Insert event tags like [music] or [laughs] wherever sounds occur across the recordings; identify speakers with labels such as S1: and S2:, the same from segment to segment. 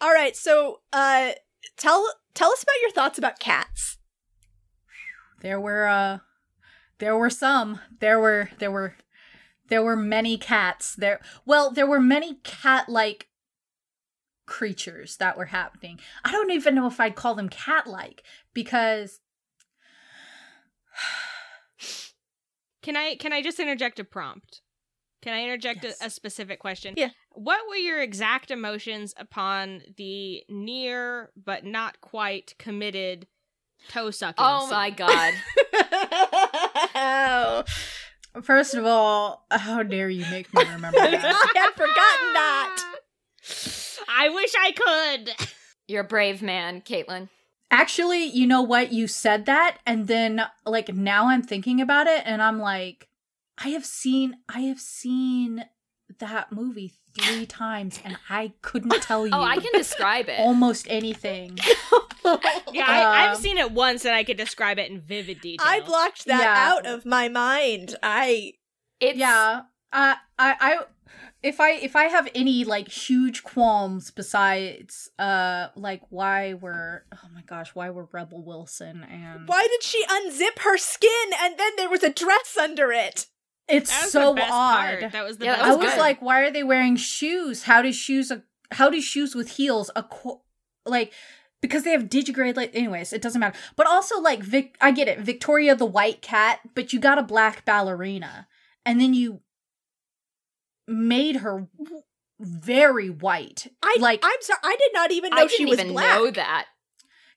S1: All right, so uh, tell tell us about your thoughts about cats.
S2: There were uh there were some. There were there were there were many cats. There well, there were many cat like creatures that were happening. I don't even know if I'd call them cat like
S1: [laughs]
S2: because
S3: Can I can I just interject a prompt? Can I interject
S2: Yes.
S3: a, a specific question?
S1: Yeah.
S3: What were your exact emotions upon the near but not quite committed toe sucking?
S4: Oh
S2: Um,
S1: Um,
S3: scene?
S4: my god.
S2: first of all, how dare you make me remember that?
S1: [laughs] [laughs] I had forgotten that.
S3: I wish I could.
S4: [laughs]
S3: [laughs]
S4: You're a brave man, Caitlin.
S2: Actually, you know what? You said that and then like now I'm thinking about it and I'm like I have seen I have seen that movie
S4: [laughs]
S2: 3 times and I couldn't tell you
S4: Oh, I can describe
S2: [laughs]
S4: it.
S2: almost anything.
S3: [laughs] Yeah,
S1: [laughs]
S3: I, I've
S2: Um,
S3: seen it once and I could describe it in vivid detail.
S1: I blocked that
S2: Yeah.
S1: out of my mind. I
S4: It's
S2: yeah uh, i i if i if i have any like huge qualms besides uh like why were oh my gosh why were rebel wilson and
S1: why did she unzip her skin and then there was a dress under it?
S2: it's
S3: That was
S2: so
S3: the best
S2: odd
S3: Part. That was the
S4: Yeah, that
S3: best
S2: i was
S3: part.
S4: good.
S2: like why are they wearing shoes how do shoes a, how do shoes with heels a like because they have digigrade like anyways it doesn't matter but also like Vic, i get it victoria the white cat but you got a black ballerina and then you made her w- very white
S1: I
S2: like
S1: I'm sorry, I did not even know
S4: I
S1: she
S4: didn't
S1: was
S4: even
S1: black.
S4: know that.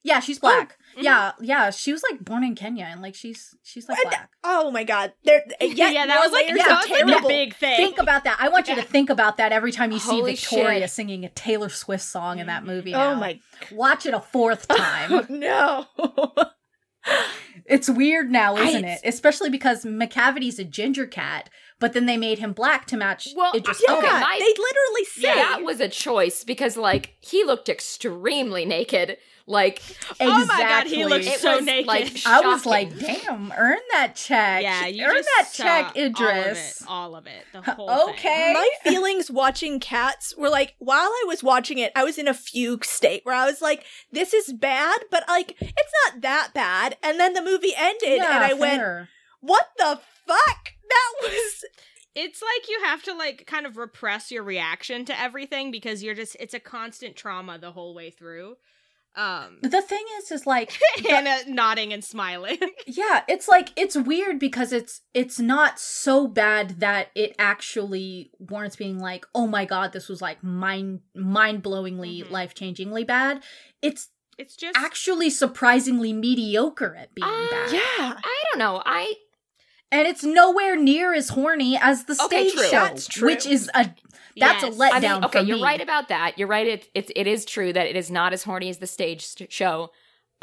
S2: Yeah, she's black.
S3: mhm.
S2: Yeah, yeah. She was like born in Kenya, and like she's she's like
S1: And-
S2: black.
S1: Oh my god! There,
S3: [laughs]
S1: yet
S3: yeah,
S1: more
S3: that was like,
S1: layers
S2: yeah,
S1: of
S3: that was like a
S1: terrible.
S3: big thing.
S2: Think about that. I want you to think about that every time you
S4: Holy
S2: see Victoria
S4: shit.
S2: singing a Taylor Swift song in that movie.
S1: Oh
S2: now.
S1: my!
S2: Watch it a fourth time.
S1: no.
S2: [laughs] it's weird now, isn't
S1: Right.
S2: it? Especially because McCavity's a ginger cat, but then they made him black to match
S4: Well,
S2: Idris
S1: Yeah,
S4: Okay,
S2: Elba.
S4: my-
S1: they literally say
S3: Yeah.
S4: That was a choice because like he looked extremely naked. Like
S3: Oh my God,
S2: Exactly.
S3: he looks
S4: it
S3: So
S4: was
S3: naked.
S4: like
S2: I was
S4: shocking.
S2: like, damn, earn that check.
S3: Yeah, you
S2: earn
S3: just
S2: that
S3: saw
S2: check, Idris.
S3: All of it, all of it the whole thing.
S2: Okay.
S1: my feelings watching cats were like while I was watching it, I was in a fugue state where I was like, "This is bad," but like it's not that bad. And then the movie ended, and I went,
S2: fair.
S1: "What the fuck?" That was
S3: It's like you have to like kind of repress your reaction to everything because you're just it's a constant trauma the whole way through.
S2: [laughs]
S3: Um
S2: The thing is, is like
S3: Hannah nodding and smiling. [laughs]
S2: yeah it's like it's weird because it's it's not so bad that it actually warrants being like oh my god this was like mind mind blowingly
S3: Mhm.
S2: life changingly bad it's
S3: It's just
S2: actually surprisingly mediocre at being
S4: Ah,
S2: bad
S1: yeah.
S4: I don't know. I
S2: and it's nowhere near as horny as the
S4: Okay,
S2: stage
S4: true.
S2: show
S1: That's true.
S2: which is a that's a
S3: Yes.
S2: letdown
S4: I mean, okay,
S2: for
S4: you're
S2: me.
S4: right about that. You're right. It, it it is true that it is not as horny as the stage st- show.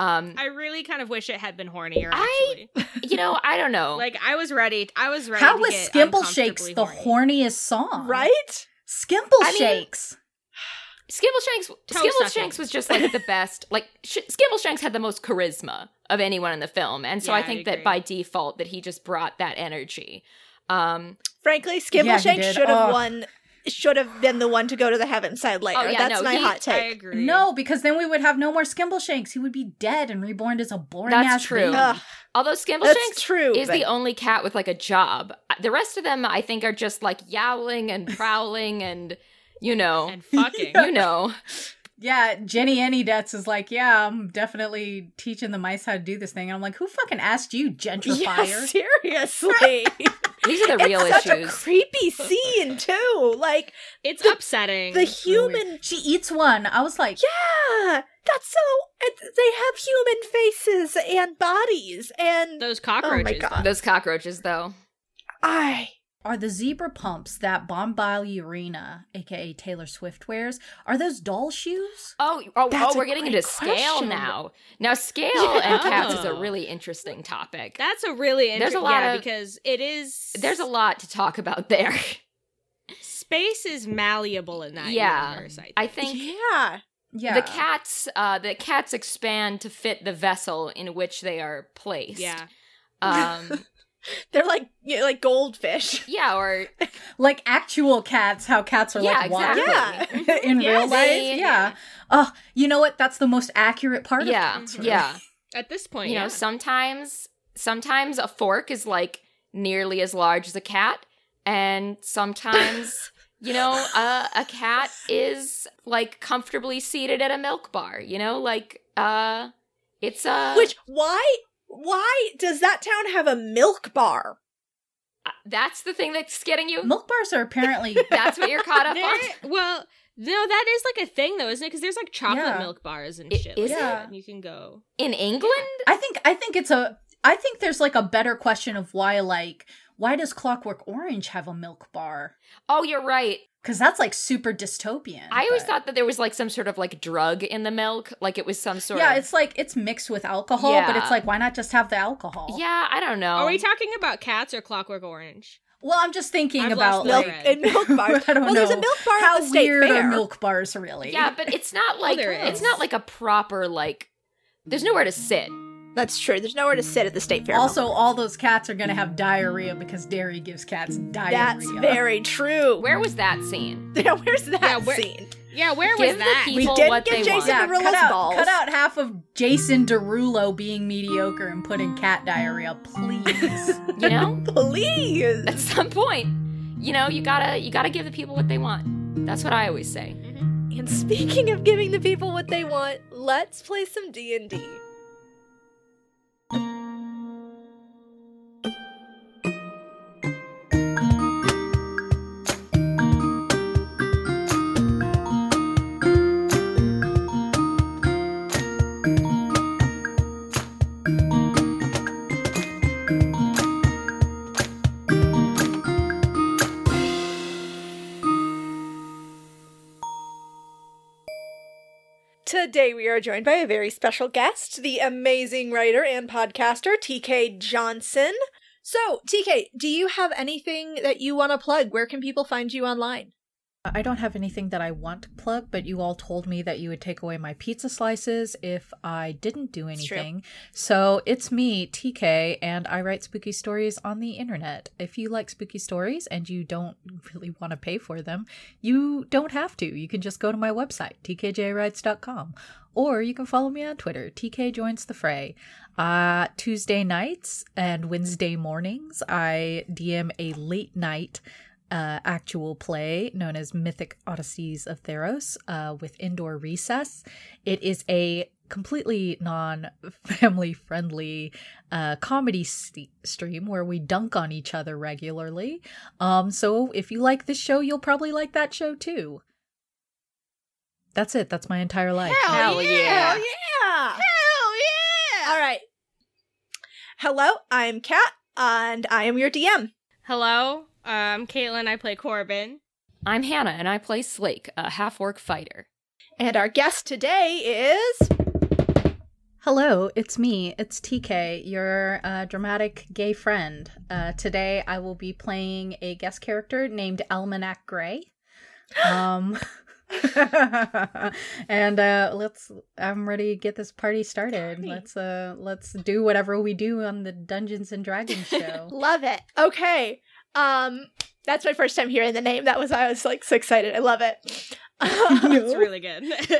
S4: Um,
S3: I really kind of wish it had been hornier
S4: I-
S3: actually.
S4: you know, I don't know.
S3: [laughs] like I was ready. I was ready
S2: how
S3: to
S2: was
S3: get
S2: skimble shakes
S3: uncomfortably
S2: the
S3: horny.
S2: horniest song
S1: [laughs] right.
S2: skimble
S4: I mean-
S2: shakes
S4: Skimbleshanks,
S3: Toe
S4: Skimbleshanks
S3: sucking.
S4: was just like the best. Like sh- Skimbleshanks had the most charisma of anyone in the film, and so
S3: Yeah,
S4: I
S3: I
S4: think
S3: agree.
S4: that by default that he just brought that energy. Um,
S1: Frankly,
S2: Yeah, he
S1: Skimbleshank
S2: did.
S1: should have
S2: Ugh.
S1: won. Should have been the one to go to the heaven side later.
S4: yeah,
S1: That's
S4: no,
S1: my
S4: he-
S1: hot
S3: I
S1: take.
S3: agree.
S2: no because then we would have no more skimble shakes he would be dead and reborn as a boring
S4: That's
S2: ass
S4: true.
S2: baby.
S1: Ugh,
S4: although Skimbleshanks
S1: that's true.
S4: is
S1: but-
S4: the only cat with like a job. Uh, The rest of them, I think, are just like yowling and prowling and you know,
S2: [laughs]
S3: And fucking.
S4: you know.
S2: Yeah, Jenny Anydettes is like, yeah, I'm definitely teaching the mice how to do this thing. And I'm like, who fucking asked you, gentrifier?
S1: yeah, [laughs] seriously.
S4: These are the real
S1: Such a
S4: issues.
S1: creepy scene too. Like
S3: It's upsetting.
S1: the
S2: Really weird.
S1: human
S2: She eats one. I was like,
S1: Yeah, that's so. it- They have human faces and bodies, and
S3: Those
S1: oh my
S3: cockroaches.
S1: god,
S4: Those cockroaches, though.
S1: I
S2: are the zebra pumps that Bombay Urena, aka Taylor Swift wears, are those doll shoes?
S4: Oh, oh, oh
S1: That's a
S4: we're getting into
S1: great
S4: scale
S1: question.
S4: now. Now, scale
S3: Yeah.
S4: and cats is a really interesting topic.
S3: That's a really interesting.
S4: There's a lot
S3: yeah,
S4: of-
S3: because it is.
S4: There's a lot to talk about there. [laughs]
S3: space is malleable in that
S4: Yeah.
S3: universe. I think.
S4: I think
S1: yeah,
S2: Yeah.
S4: the cats, uh, the cats expand to fit the vessel in which they are placed.
S3: yeah.
S1: [laughs]
S4: Um,
S1: they're like you know, like goldfish.
S4: yeah, or
S2: Like actual cats, how cats are
S4: yeah,
S2: like water
S4: exactly. Mm-hmm.
S1: Yeah.
S2: [laughs] in
S3: Yes.
S2: real life.
S4: They-
S2: yeah. oh, you know what? That's the most accurate part. of
S4: yeah, Mm-hmm.
S3: Mhm.
S4: yeah.
S3: At this point,
S4: You know,
S3: Oh, yeah.
S4: sometimes sometimes a fork is like nearly as large as a cat, and sometimes you know uh, a cat is like comfortably seated at a milk bar. You know, like [laughs] uh, it's a
S1: Which why why does that town have a milk bar?
S4: uh, that's the thing that's getting you.
S2: Milk bars are apparently
S4: [laughs] That's what you're caught up on.
S3: [laughs] There- well, no, that is like a thing though, isn't it? Because there's like chocolate
S2: Yeah.
S3: milk bars and
S4: It
S3: shit.
S4: is
S3: like
S2: it?
S3: that, and you can go.
S4: In England,
S2: I think I think it's a I think there's like a better question of why like why does Clockwork Orange have a milk bar?
S4: oh, you're right.
S2: Cuz that's like super dystopian.
S4: I always
S2: but-
S4: thought that there was like some sort of like drug in the milk, like it was some sort
S2: Yeah,
S4: of
S2: it's like it's mixed with alcohol, but
S4: Yeah.
S2: it's like why not just have the alcohol?
S4: yeah. I don't know.
S3: Are we talking about cats or Clockwork Orange?
S2: Well, I'm just thinking
S3: I've
S2: about
S3: lost
S2: like
S1: Milk
S3: Right.
S1: and
S2: [laughs]
S1: milk bar.
S2: I don't
S1: well, there's a
S2: know.
S1: milk bar
S2: how
S1: at the state
S2: weird
S1: fair.
S2: are milk bars really?
S4: Yeah, but it's
S3: [laughs]
S4: not like
S3: Oh, there
S4: it's
S3: is.
S4: not like a proper like. There's nowhere to sit.
S1: That's true. There's nowhere to sit at the state fair.
S2: also, all those cats are gonna have diarrhea because dairy gives cats diarrhea.
S1: that's very true.
S4: Where was that scene?
S1: [laughs] Yeah, where's that
S3: Yeah, where-
S1: scene?
S3: Yeah, where
S4: Give
S3: was
S4: the
S3: that?
S4: people
S1: We didn't
S4: what
S1: get
S4: they
S1: Jason
S4: want.
S2: yeah,
S1: Derulo's
S2: cut out,
S1: balls.
S2: cut out half of Jason Derulo being mediocre and put in cat diarrhea,
S3: [laughs]
S2: please.
S4: You know,
S1: Please.
S4: at some point, you know, you gotta you gotta give the people what they want. That's what I always say.
S3: Mm-hmm.
S1: And speaking of giving the people what they want, let's play some D&D. Today we are joined by a very special guest, the amazing writer and podcaster TK Johnson. So, TK, do you have anything that you want to plug? Where can people find you online?
S2: I don't have anything that I want to plug, but you all told me that you would take away my pizza slices if I didn't do
S1: It's true.
S2: anything. so it's me, TK, and I write spooky stories on the internet. If you like spooky stories and you don't really want to pay for them, you don't have to. You can just go to my website, tkjwrites.com, or you can follow me on Twitter, TK joins the fray. Uh, Tuesday nights and Wednesday mornings, I DM a late night uh, actual play known as Mythic Odysseys of Theros uh, with indoor recess. It is a completely non family friendly uh, comedy st- stream where we dunk on each other regularly. Um, so if you like this show, you'll probably like that show too. That's it. That's my entire life.
S4: Hell yeah.
S1: Hell yeah!
S3: Hell
S1: All right. Hello, I'm Kat, and I am your DM.
S3: Hello, um, Caitlin. I play [laughs] Corbin.
S4: I'm Hannah, and I play Slake, a half-orc fighter.
S1: And our guest today is
S2: Hello, it's me. It's TK, your uh, dramatic gay friend. Uh, today I will be playing a guest character named Almanac Gray. Um, [laughs] and uh, let's. I'm ready to get this party started.
S1: Party.
S2: Let's uh, let's do whatever we do on the Dungeons and Dragons show.
S1: Love it. Okay. Um that's my first time hearing the name. That was I was like so excited. I love it. [laughs]
S3: It's really good. [laughs]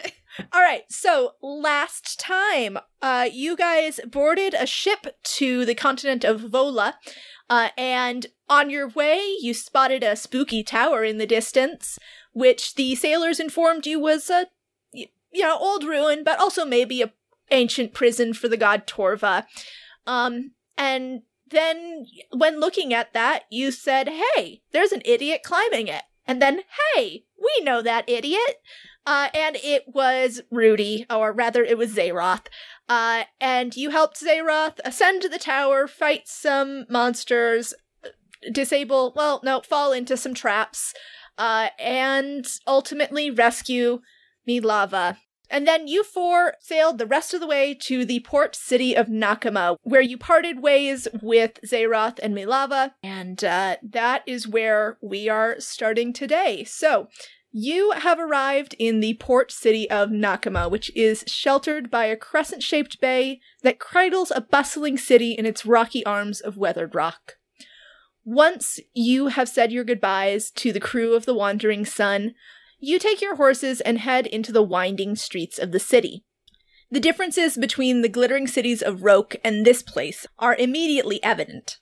S1: All right. So last time, uh, you guys boarded a ship to the continent of Vola, uh, and on your way, you spotted a spooky tower in the distance, which the sailors informed you was a, y- you know, old ruin, but also maybe a ancient prison for the god Torva. Um, and then when looking at that, you said, "Hey, there's an idiot climbing it," and then, "Hey, we know that idiot." Uh, and it was Rudy, or rather, it was Zaroth. Uh, and you helped Zaroth ascend the tower, fight some monsters, disable, well, no, fall into some traps, uh, and ultimately rescue Milava. And then you four sailed the rest of the way to the port city of Nakama, where you parted ways with Zaroth and Milava. And uh, that is where we are starting today. So, you have arrived in the port city of Nakama, which is sheltered by a crescent shaped bay that cradles a bustling city in its rocky arms of weathered rock. Once you have said your goodbyes to the crew of the Wandering Sun, You take your horses and head into the winding streets of the city. The differences between the glittering cities of Roke and this place are immediately evident.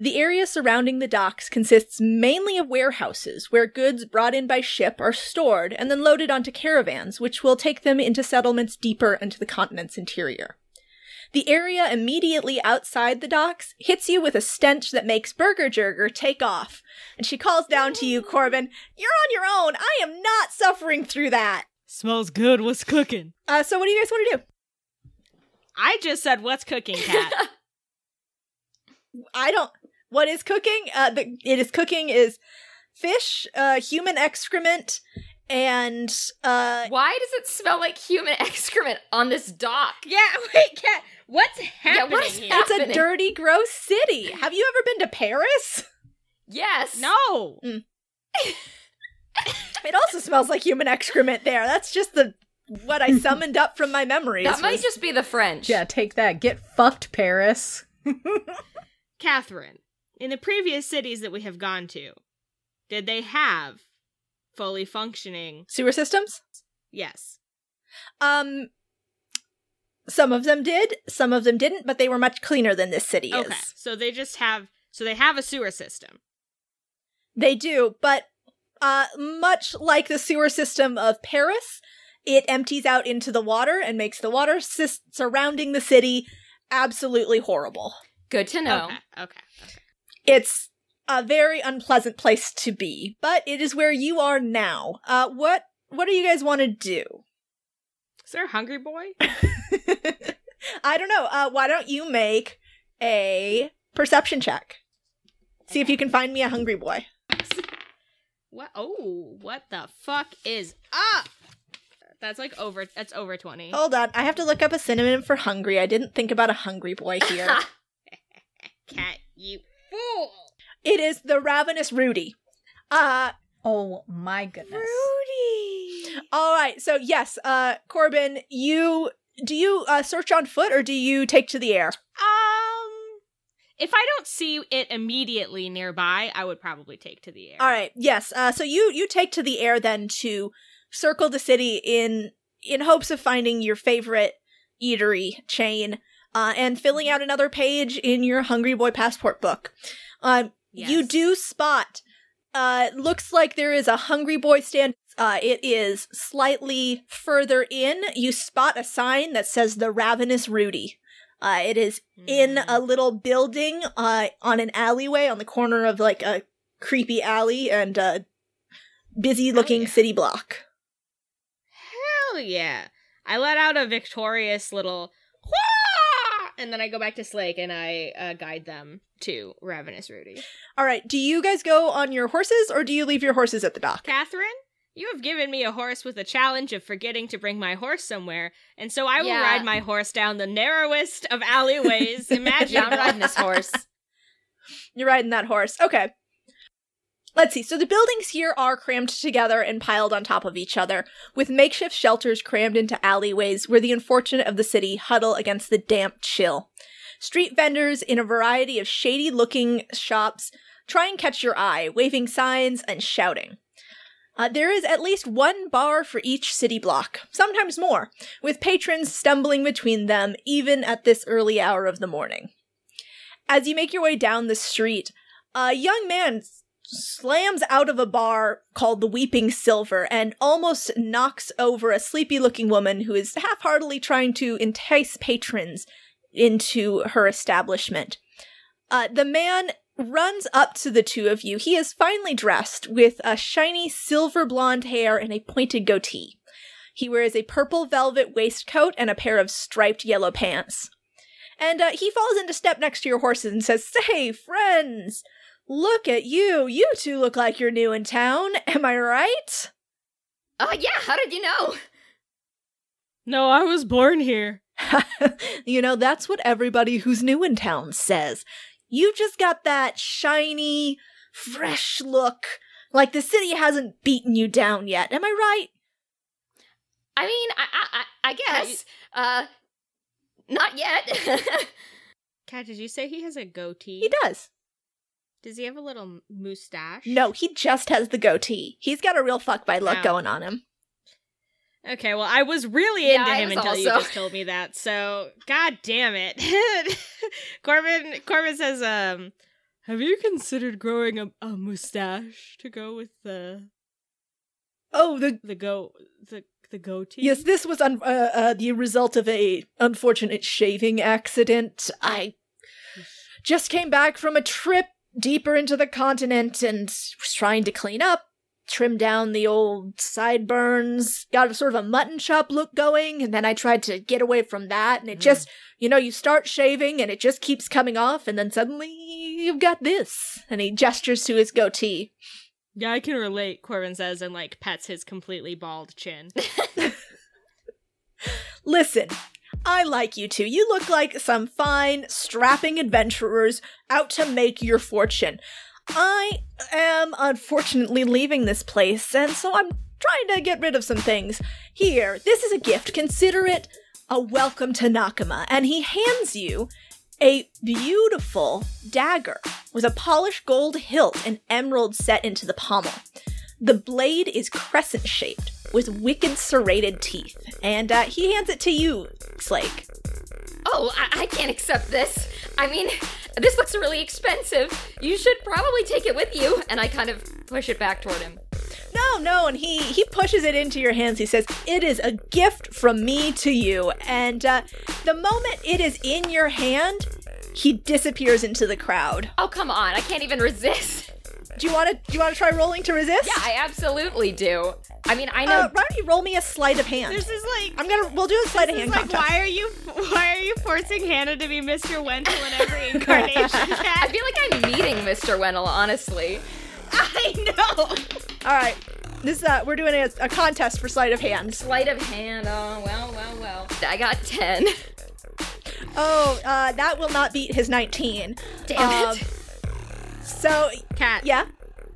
S1: The area surrounding the docks consists mainly of warehouses where goods brought in by ship are stored and then loaded onto caravans, which will take them into settlements deeper into the continent's interior. The area immediately outside the docks hits you with a stench that makes Burger Jurger take off. And she calls down to you, Corbin, You're on your own! I am not suffering through that!
S5: Smells good. What's cooking?
S1: Uh, so, what do you guys want to do?
S3: I just said, "What's cooking, cat?"
S1: I don't. What is cooking? Uh, the, it is cooking is fish, uh, human excrement, and uh,
S4: [laughs] Why does it smell like human [laughs] excrement on this dock?
S3: yeah, [laughs] wait, cat. What's
S4: Yeah,
S3: happening
S4: what is
S3: here?
S1: it's a
S4: happening?
S1: dirty, gross city. Have you ever been to Paris? [laughs]
S4: Yes.
S3: No.
S1: It also smells like human excrement there. That's just the what
S4: [laughs]
S1: I summoned up from my memories.
S4: That might
S1: was-
S4: just be the French.
S2: Yeah, take that. Get fucked, Paris.
S3: Catherine, in the previous cities that we have gone to, did they have fully functioning?
S1: sewer systems.
S3: Yes.
S1: Um, some of them did, some of them didn't, but they were much cleaner than this city
S3: Okay.
S1: is.
S3: So they just have. So they have a sewer system.
S1: They do, but uh, much like the sewer system of Paris, it empties out into the water and makes the water sys- surrounding the city absolutely horrible.
S4: Good to know.
S3: Okay. Okay. okay.
S1: It's a very unpleasant place to be, but it is where you are now. Uh, what what do you guys want to do?
S3: Is there a hungry boy?
S1: I don't know. Uh, why don't you make a perception check? See if you can find me a hungry boy.
S3: What? Oh, what the fuck is up? That's like over. That's over twenty.
S1: Hold on, I have to look up a synonym for hungry. I didn't think about a hungry boy here.
S3: Cat, you fool!
S1: It is the ravenous Rudy. Uh
S2: Oh my goodness.
S1: Rudy. All right. So yes, uh Corbin, you do you uh, search on foot or do you take to the air?
S3: Um, if I don't see it immediately nearby, I would probably take to the air.
S1: All right. Yes. Uh so you you take to the air then to circle the city in in hopes of finding your favorite eatery chain uh and filling out another page in your hungry boy passport book. Um You
S3: Yes.
S1: do spot. Uh, looks like there is a Hungry Boy stand. Uh, it is slightly further in. You spot a sign that says "The Ravenous Rudy." Uh, it is in
S3: Mm.
S1: a little building uh, on an alleyway on the corner of like a creepy alley and a busy-looking
S3: yeah.
S1: city block.
S3: Hell yeah! I let out a victorious little. Wah! And then I go back to Slake and I uh, guide them to Ravenous Rudy.
S1: All right. Do you guys go on your horses, or do you leave your horses at the dock?
S3: Catherine, you have given me a horse with a challenge of forgetting to bring my horse somewhere, and so I will
S4: Yeah.
S3: ride my horse down the narrowest of alleyways [laughs]
S4: Yeah, I'm
S3: imaginable.
S4: riding this horse.
S1: You're riding that horse. Okay. Let's see. So the buildings here are crammed together and piled on top of each other, with makeshift shelters crammed into alleyways where the unfortunate of the city huddle against the damp chill. Street vendors in a variety of shady looking shops try and catch your eye, waving signs and shouting. Uh, there is at least one bar for each city block, sometimes more, with patrons stumbling between them even at this early hour of the morning. As you make your way down the street, a young man s- slams out of a bar called the Weeping Silver and almost knocks over a sleepy looking woman who is half heartedly trying to entice patrons into her establishment. Uh, the man runs up to the two of you. He is finely dressed with a shiny silver blonde hair and a pointed goatee. He wears a purple velvet waistcoat and a pair of striped yellow pants. And uh, he falls into step next to your horses and says, Say, friends, look at you. You two look like you're new in town. Am I right? [laughs]
S4: Oh yeah, how did you know?
S5: No, I was born here.
S1: you know, that's what everybody who's new in town says. You've just got that shiny, fresh look, like the city hasn't beaten you down yet. Am I right?
S4: I mean, I I, I I guess. Uh not yet. [laughs]
S3: Cat, did you say he has a goatee?
S1: He does.
S3: Does he have a little m- mustache?
S1: No, he just has the goatee. He's got a real fuck by look
S3: Oh.
S1: going on him.
S3: Okay, well, I was really
S4: Yeah,
S3: into
S4: I
S3: him
S4: was
S3: until you
S4: also.
S3: just told me that. So, god damn it, [laughs] Corbin. Corbin says, "Um,
S5: Have you considered growing a, a mustache to go with the
S1: Oh, the
S5: the go the the goatee?
S1: Yes, this was un- uh, uh, the result of a unfortunate shaving accident. I just came back from a trip deeper into the continent and was trying to clean up, trim down the old sideburns, got a sort of a mutton chop look going, and then I tried to get away from that, and it
S5: Mhm.
S1: just, you know, you start shaving and it just keeps coming off, and then suddenly you've got this. And he gestures to his goatee.
S5: Yeah, I can relate.
S3: Corbin says, and like pets his completely bald
S4: [laughs]
S3: chin.
S1: Listen, I like you two. You look like some fine, strapping adventurers out to make your fortune. I am unfortunately leaving this place, and so I'm trying to get rid of some things. Here, this is a gift. Consider it a welcome to Nakama. And he hands you a beautiful dagger with a polished gold hilt and emerald set into the pommel. The blade is crescent shaped with wicked serrated teeth, and uh, he hands it to you, Slake.
S4: Oh, I-, I can't accept this. I mean, this looks really expensive. You should probably take it with you. And I kind of push it back toward him.
S1: No, no, and he he pushes it into your hands. He says, "It is a gift from me to you." And uh, the moment it is in your hand, he disappears into the crowd.
S4: Oh, come on. I can't even resist. [laughs]
S1: Do you want to do you want to try rolling to resist?
S4: Yeah, I absolutely do. I mean, I know.
S1: Uh, why don't you roll me a sleight of hand?
S3: This is like
S1: I'm gonna we'll do a sleight of
S3: This
S1: hand
S3: is like,
S1: contest.
S3: why are you why are you forcing Hannah to be Mr. Wendell in every
S4: [laughs]
S3: incarnation?
S4: I
S3: Kat?
S4: feel like I'm meeting Mr. Wendell, honestly.
S3: [laughs] I know.
S1: All right, this is uh, we're doing a, a contest for sleight of hand.
S4: Sleight of hand. Oh, well, well, well. I got 10.
S1: Oh, uh, that will not beat his 19.
S4: Damn
S1: Um,
S4: it.
S1: So
S3: Cat,
S1: yeah.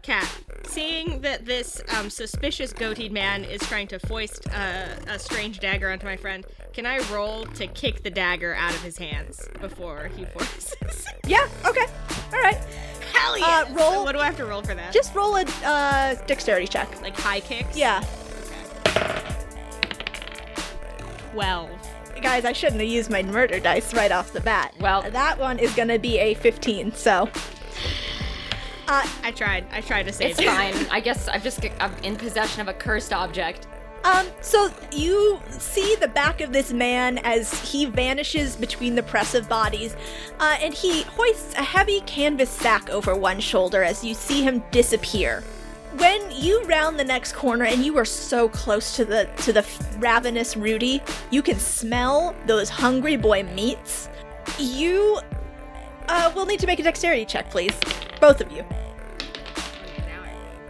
S3: cat. Seeing that this um, suspicious goateed man is trying to foist uh, a strange dagger onto my friend, can I roll to kick the dagger out of his hands before he forces?
S1: [laughs] Yeah, okay. All right.
S3: Hell yeah!
S1: Uh, roll-
S3: So what do I have to roll for that?
S1: Just roll a uh, dexterity check.
S3: like high kicks.
S1: Yeah.
S3: Twelve.
S1: Guys, I shouldn't have used my murder dice right off the bat.
S4: Well-
S1: that one is going to be a 15, so. Uh,
S3: I tried. I tried to save.
S4: It's
S3: you.
S4: fine. I guess I'm just I'm in possession of a cursed object.
S1: um, so you see the back of this man as he vanishes between the press of bodies, uh, and he hoists a heavy canvas sack over one shoulder as you see him disappear. When you round the next corner and you are so close to the to the ravenous Rudy, you can smell those hungry boy meats. You uh, will need to make a dexterity check, please, both of you.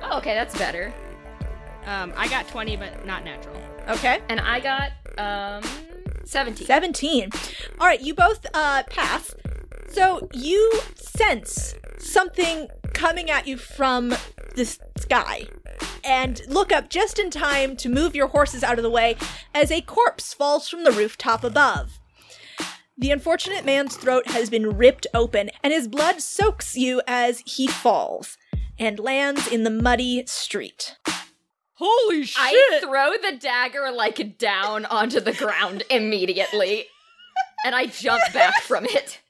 S4: Oh, okay, that's better.
S3: [laughs] Um, I got twenty, but not natural.
S1: Okay.
S4: And I got um 17.
S1: 17. All right, you both uh, pass. So you sense something coming at you from the sky and look up just in time to move your horses out of the way as a corpse falls from the rooftop above. The unfortunate man's throat has been ripped open, and his blood soaks you as he falls and lands in the muddy street.
S5: Holy shit!
S4: I throw the dagger like down onto the ground immediately. and I jump back from it.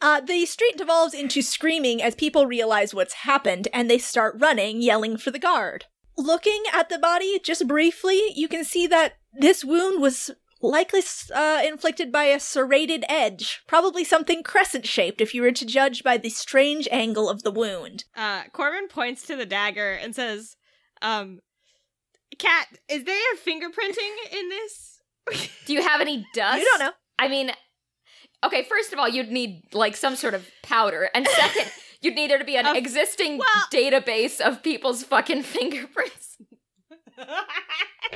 S1: Uh, the street devolves into screaming as people realize what's happened and they start running, yelling for the guard. Looking at the body just briefly, you can see that this wound was likely uh, inflicted by a serrated edge, probably something crescent shaped if you were to judge by the strange angle of the wound.
S3: uh, Corbin points to the dagger and says, um, Kat, is there fingerprinting in this?
S4: Do you have any dust?
S1: You don't know.
S4: I mean, okay, first of all, you'd need like some sort of powder. And second, you'd need there to be an
S3: Of-
S4: existing
S3: well-
S4: database of people's fucking fingerprints.
S3: [laughs]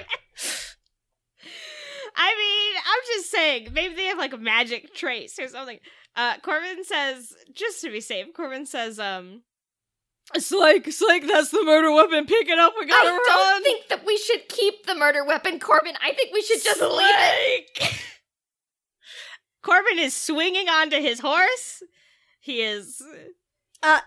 S3: I mean, I'm just saying, maybe they have like a magic trace or something. Uh, Corbin says, just to be safe, Corbin says, um,
S5: It's like it's like that's the murder weapon. Pick it up. We
S4: I
S5: gotta
S4: don't
S5: run.
S4: think that we should keep the murder weapon, Corbin. I think we should just leave it.
S3: [laughs] Slake! Corbin is swinging onto his horse. He is [laughs]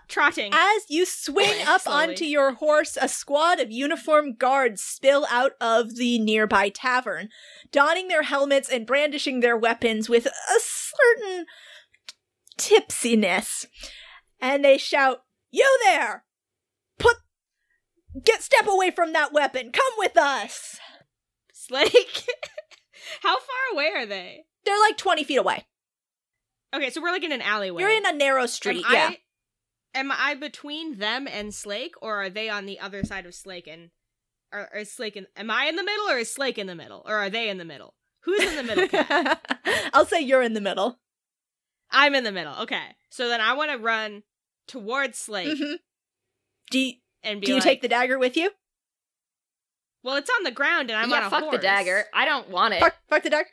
S3: Trotting.
S4: Uh,
S1: As you swing up
S3: Slowly.
S1: onto your horse, a squad of uniformed guards spill out of the nearby tavern, donning their helmets and brandishing their weapons with a certain tipsiness. And they shout, You there! Put. Get step away from that weapon! Come with us!
S3: It's like, [laughs] how far away are they?
S1: They're like 20 feet away.
S3: Okay, so we're like in an alleyway.
S1: You're in a narrow street, yeah.
S3: I, am I between them and Slake, or are they on the other side of Slake? And or, or is Slake in? Am I in the middle, or is Slake in the middle, or are they in the middle? Who's in the middle?
S1: [laughs]
S3: Kat?
S1: I'll say you're in the middle.
S3: I'm in the middle. Okay, so then I want to run towards Slake
S1: Mhm. Do you,
S3: and be
S1: do you
S3: like,
S1: take the dagger with you?
S3: Well, it's on the ground, and I'm on
S4: yeah,
S3: a
S4: fuck the
S3: horse.
S4: dagger. I don't want it.
S1: Fuck, fuck the dagger.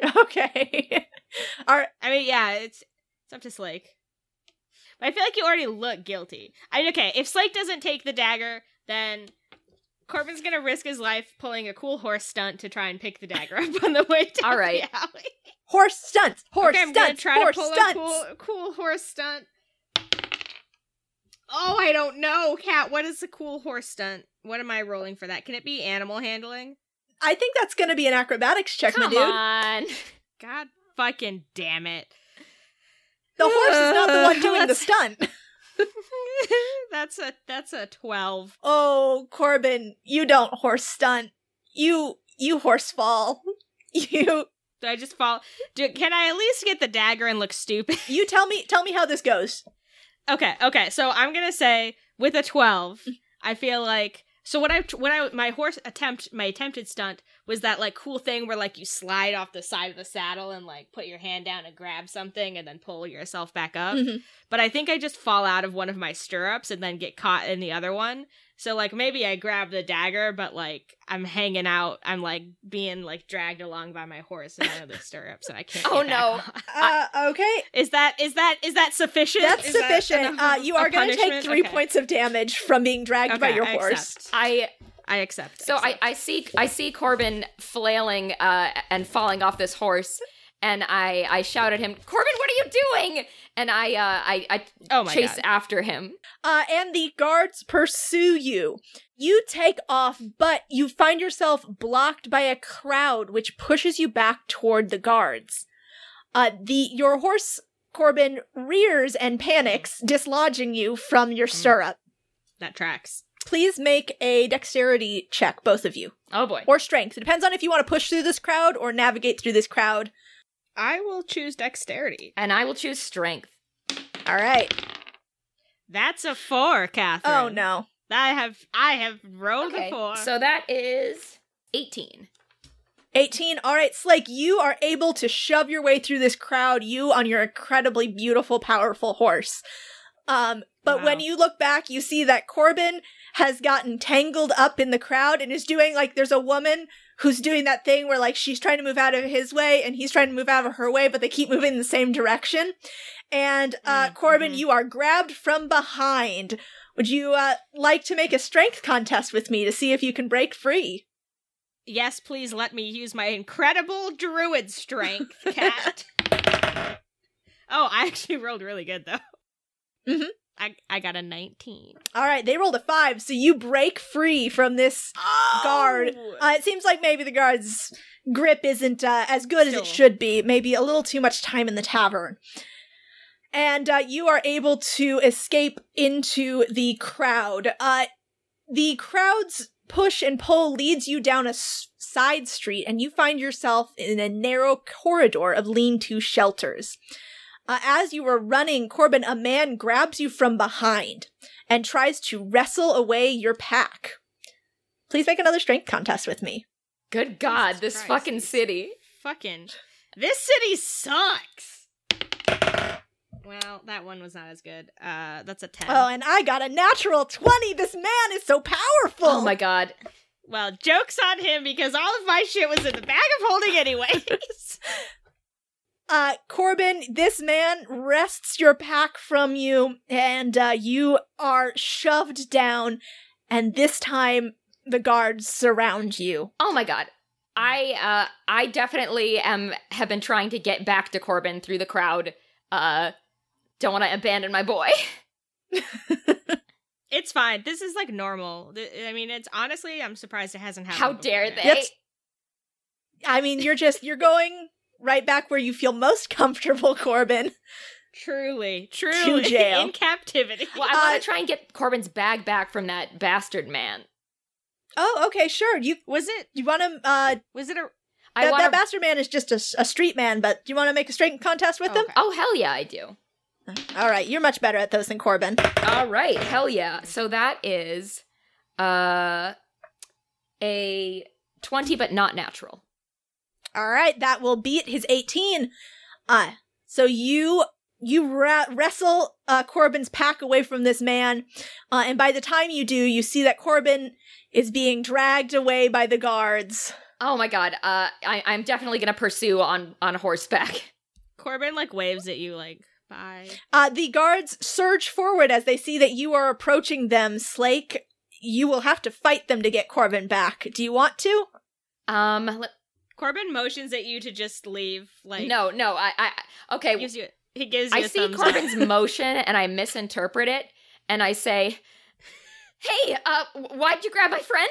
S1: [laughs] Okay. [laughs] All right.
S3: I mean, yeah, it's it's up to Slake. But I feel like you already look guilty. I okay, if Slake doesn't take the dagger, then Corbin's gonna risk his life pulling a cool horse stunt to try and pick the dagger up on the way down
S4: All right.
S3: the alley.
S1: Horse stunts. Horse
S3: okay, I'm gonna
S1: stunts.
S3: try
S1: horse
S3: to pull
S1: stunts.
S3: a cool, cool horse stunt. Oh, I don't know, Cat. What is a cool horse stunt? What am I rolling for that? Can it be animal handling?
S1: I think that's going to be an acrobatics check, my
S4: Come
S1: dude.
S4: on.
S3: God fucking damn it. [laughs]
S1: The horse is not the [laughs] one
S3: Uh,
S1: doing the
S3: let's-
S1: stunt.
S3: that's a that's a twelve.
S1: Oh, Corbin, you don't horse stunt. You you horse fall. [laughs] You
S3: Do I just fall? Do, can I at least get the dagger and look stupid? [laughs]
S1: you tell me tell me how this goes.
S3: okay, okay. So I'm gonna say with a twelve, I feel like so. What I when I my horse attempt my attempted stunt was that like cool thing where like you slide off the side of the saddle and like put your hand down and grab something and then pull yourself back up.
S4: Mm-hmm.
S1: Mhm.
S3: But I think I just fall out of one of my stirrups and then get caught in the other one. So like maybe I grab the dagger, but like I'm hanging out. I'm like being like dragged along by my horse in one of the stirrups, and I can't.
S4: Oh,
S3: get back
S4: no.
S3: on.
S1: Uh okay.
S3: Is that is that is that sufficient?
S1: That's
S3: Is that
S1: sufficient.
S3: enough
S1: uh you
S3: of
S1: are going to take
S3: punishment?
S1: 3
S3: Okay.
S1: points of damage from being dragged by
S3: Okay,
S1: your
S3: I
S1: horse.
S3: accept.
S4: I
S3: I accept.
S4: so I, I see I see Corbin flailing uh and falling off this horse and I I shout at him, Corbin, what are you doing? And I uh I, I
S3: oh my
S4: chase
S3: god.
S4: after him.
S1: uh, and the guards pursue you. You take off, but you find yourself blocked by a crowd which pushes you back toward the guards. Uh, the your horse Corbin rears and panics, dislodging you from your stirrup.
S3: that tracks.
S1: Please make a dexterity check, both of you,
S4: Oh boy.
S1: or strength. It depends on if you want to push through this crowd or navigate through this crowd.
S3: I will choose dexterity.
S4: And I will choose strength.
S1: All right.
S3: That's a four, Catherine.
S1: Oh no.
S3: I have I have rolled
S4: Okay,
S3: a four.
S4: So that is 18.
S1: 18. All right, Slake, you are able to shove your way through this crowd, you on your incredibly beautiful, powerful horse. Um, but
S3: Wow.
S1: when you look back, you see that Corbin has gotten tangled up in the crowd and is doing like there's a woman who's doing that thing where like she's trying to move out of his way and he's trying to move out of her way, but they keep moving in the same direction. And uh,
S3: Mm,
S1: Corbin,
S3: mhm.
S1: you are grabbed from behind. Would you uh, like to make a strength contest with me to see if you can break free?
S3: yes, please let me use my incredible druid
S4: [laughs]
S3: strength, cat. oh, I actually rolled really good though.
S4: Mm-hmm.
S1: Mhm.
S3: I I got a nineteen.
S1: All right, they rolled a five, so you break free from this guard.
S4: Oh.
S1: Uh, it seems like maybe the guard's grip isn't uh, as good as
S3: Still.
S1: it should be. Maybe a little too much time in the tavern. And uh, you are able to escape into the crowd. Uh, the crowd's push and pull leads you down a s- side street, and you find yourself in a narrow corridor of lean to shelters. Uh, as you are running, Corbin, a man grabs you from behind and tries to wrestle away your pack. Please make another strength contest with me.
S4: Good god,
S3: Jesus
S4: this
S3: Christ.
S4: fucking city.
S3: Fucking. This city sucks! Well, that one was not as good. Uh, that's a 10.
S1: Oh, and I got a natural 20. This man is so powerful.
S4: Oh my god.
S3: well, joke's on him because all of my shit was in the bag of holding
S4: [laughs]
S3: anyways.
S1: Uh, Corbin, this man wrests your pack from you, and uh, you are shoved down. And this time, the guards surround you.
S4: Oh my god. I uh I definitely am have been trying to get back to Corbin through the crowd. Uh don't want to abandon my boy.
S3: It's fine. This is like normal. Th- I mean, it's honestly, I'm surprised it hasn't happened.
S4: How
S3: before
S4: dare
S3: now.
S4: they?
S1: That's- I mean, you're just you're going right back where you feel most comfortable, Corbin.
S3: Truly, truly, [laughs]
S1: jail.
S3: in captivity.
S4: Well, I want
S1: Uh,
S4: to try and get Corbin's bag back from that bastard man.
S1: Oh, okay, sure. You
S3: Was it?
S1: you want to uh
S3: Was it a?
S4: I
S1: that,
S4: want
S1: that bastard man is just a, s- a street man, but do you want to make a strength contest with
S3: Okay.
S4: Oh hell yeah, I do.
S1: him? All right, you're much better at those than Corbin.
S4: All right, hell yeah. So that is uh a 20 but not natural.
S1: All right, that will beat his 18. Uh, so you you ra- wrestle uh, Corbin's pack away from this man, uh, and by the time you do, you see that Corbin is being dragged away by the guards.
S4: Oh my god. Uh I I'm definitely going to pursue on on horseback. [laughs]
S3: Corbin like waves at you like bye.
S1: Uh, the guards surge forward as they see that you are approaching them. Slake, you will have to fight them to get Corbin back. Do you want to?
S4: Um let-
S3: Corbin motions at you to just leave. Like
S4: no, no. I I okay.
S3: gives you. He gives you.
S4: I
S3: a
S4: see
S3: thumbs up. [laughs]
S4: Corbin's motion and I misinterpret it and I say, "Hey, uh w- why'd you grab my friend?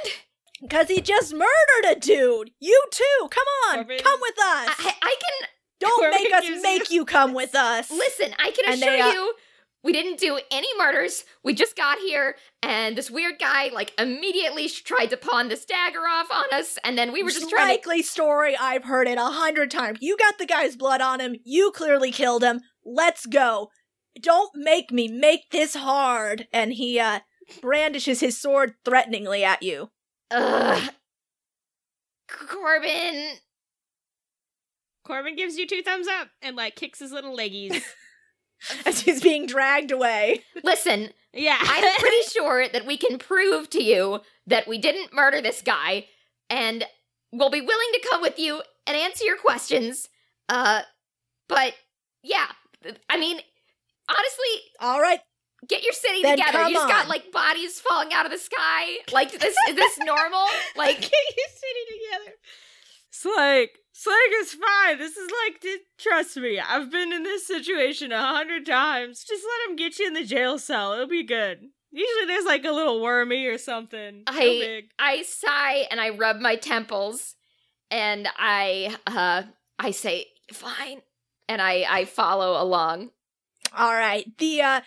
S1: Because he just murdered a dude. You too. Come on.
S3: Corbin-
S1: come with
S4: I,
S1: us.
S4: I I can
S1: Don't
S3: Corbin
S1: make us
S3: gives
S1: make you come with us.
S4: Listen, I can
S1: And they,
S4: assure
S1: uh,
S4: you, we didn't do any murders. We just got here, and this weird guy, like, immediately sh- tried to pawn this dagger off on us, and then we were just trying to.
S1: likely story. I've heard it a hundred times. You got the guy's blood on him. You clearly killed him. Let's go. Don't make me make this hard. And he uh, brandishes his sword threateningly at you.
S4: Ugh. Corbin.
S3: Corbin gives you two thumbs up and like kicks his little [laughs] leggies.
S1: As he's being dragged away.
S4: Listen,
S3: yeah. [laughs]
S1: [laughs]
S4: I'm pretty sure that we can prove to you that we didn't murder this guy, and we'll be willing to come with you and answer your questions. Uh, but yeah, I mean, honestly,
S1: All right.
S4: get your city
S1: Then
S4: together.
S1: come
S4: You just got
S1: on.
S4: like bodies falling out of the sky. Like this is this
S1: [laughs]
S4: normal? Like
S3: get you sitting together. Slake, Slake is fine. This is like, d- trust me, I've been in this situation a hundred times. Just let him get you in the jail cell. It'll be good. Usually there's like a little wormy or something. No
S4: I-
S3: big.
S4: I sigh and I rub my temples and I uh I say fine and I I follow along.
S1: All right. The uh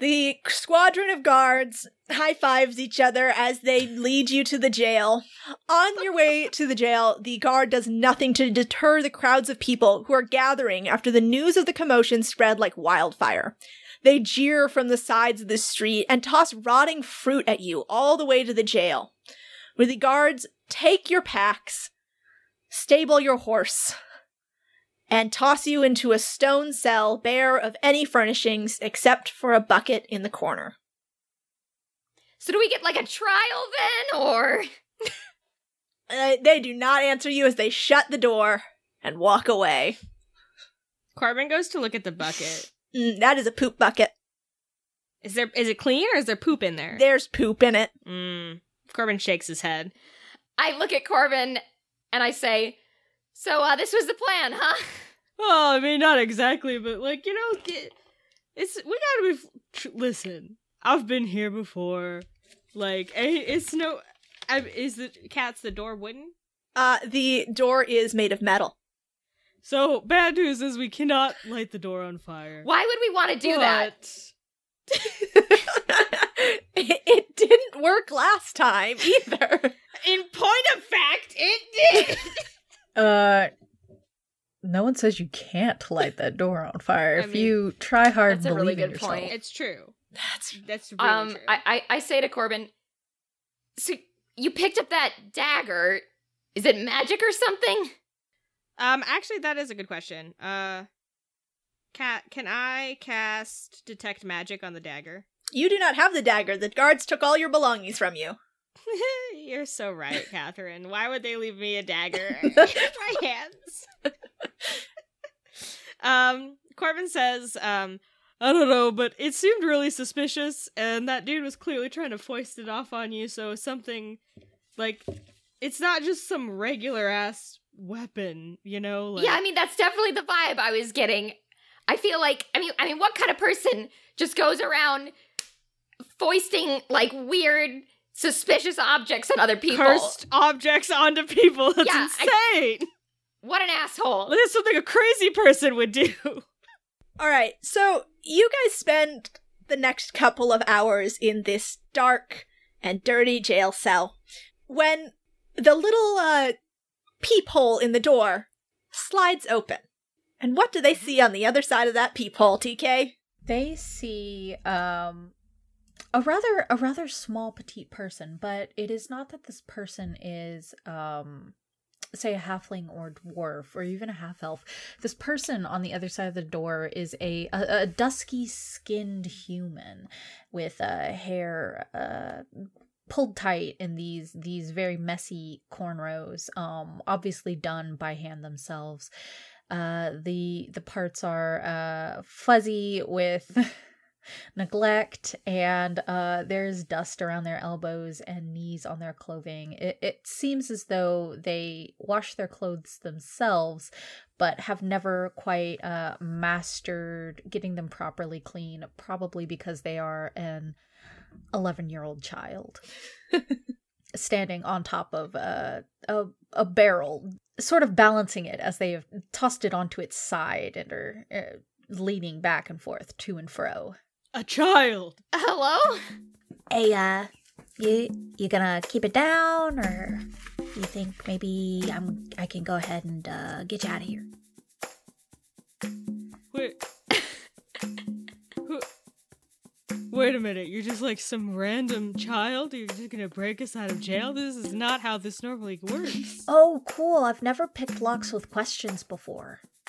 S1: the squadron of guards high fives each other as they lead you to the jail. On your way to the jail, the guard does nothing to deter the crowds of people who are gathering after the news of the commotion spread like wildfire. They jeer from the sides of the street and toss rotting fruit at you all the way to the jail, where the guards take your packs, stable your horse, and toss you into a stone cell bare of any furnishings except for a bucket in the corner.
S4: So do we get like a trial then or
S1: Uh, they do not answer you as they shut the door and walk away.
S3: Corbin goes to look at the bucket.
S1: Mm, that is a poop bucket.
S3: Is there is it clean or is there poop in there?
S1: There's poop in it.
S3: mm. Corbin shakes his head.
S4: I look at Corbin and I say, "So uh this was the plan, huh?"
S5: Well, I mean, not exactly, but like you know, get, it's we gotta be. f- Tr- listen, I've been here before. Like, eh, it's no. I, is the
S3: Cat's the door wooden.
S1: Uh, the door is made of metal. [laughs]
S5: so bad news is we cannot light the door on fire.
S4: Why would we want to do that?
S1: it, it didn't work last time either.
S3: In point of fact, it did.
S2: Uh, no one says you can't light that door on
S4: [laughs]
S2: fire
S3: I
S2: if
S3: mean,
S2: you try hard.
S4: that's a really
S2: believe in
S4: good
S2: yourself.
S3: [laughs]
S4: point.
S3: it's true.
S1: That's
S3: That's really
S4: Um,
S3: true.
S4: I, I I say to Corbin, so you picked up that dagger. Is it magic or something?
S3: Um, actually, that is a good question. Uh, cat, can I cast detect magic on the dagger?
S1: you do not have the dagger. The guards took all your belongings from you.
S3: [laughs] You're so right, Catherine. Why would they leave me a
S4: [laughs]
S3: dagger in my hands? [laughs] um, Corbin says, um,
S5: I don't know, but it seemed really suspicious, and that dude was clearly trying to foist it off on you, so something like it's not just some regular ass weapon, you know? Like,
S4: yeah, I mean that's definitely the vibe I was getting. I feel like I mean I mean what kind of person just goes around foisting like weird, suspicious objects on other people.
S3: Cursed objects onto people. That's
S4: Yeah,
S3: insane.
S4: What an asshole.
S3: That's something a crazy person would do. [laughs]
S1: All right, so you guys spend the next couple of hours in this dark and dirty jail cell when the little uh, peephole in the door slides open. And what do they see on the other side of that peephole, TK?
S2: They see um a rather a rather small petite person, but it is not that this person is um say a halfling or dwarf or even a half elf. This person on the other side of the door is a a, a dusky skinned human with uh, hair uh pulled tight in these these very messy cornrows um obviously done by hand themselves uh the the parts are uh fuzzy with [laughs] neglect and uh there's dust around their elbows and knees on their clothing it, it seems as though they wash their clothes themselves but have never quite uh mastered getting them properly clean probably because they are an 11 year old child standing on top of uh, a a barrel, sort of balancing it as they have tossed it onto its side and are uh, leaning back and forth to and fro.
S3: A child.
S4: Hello?
S6: Hey, uh, you you gonna keep it down, or you think maybe I'm I can go ahead and uh, get you out of here?
S3: Wait. Who- Wait a minute. You're just like some random child. You're just gonna break us out of jail. This is not how this normally works.
S6: Oh, cool! I've never picked locks with questions before.
S3: [laughs]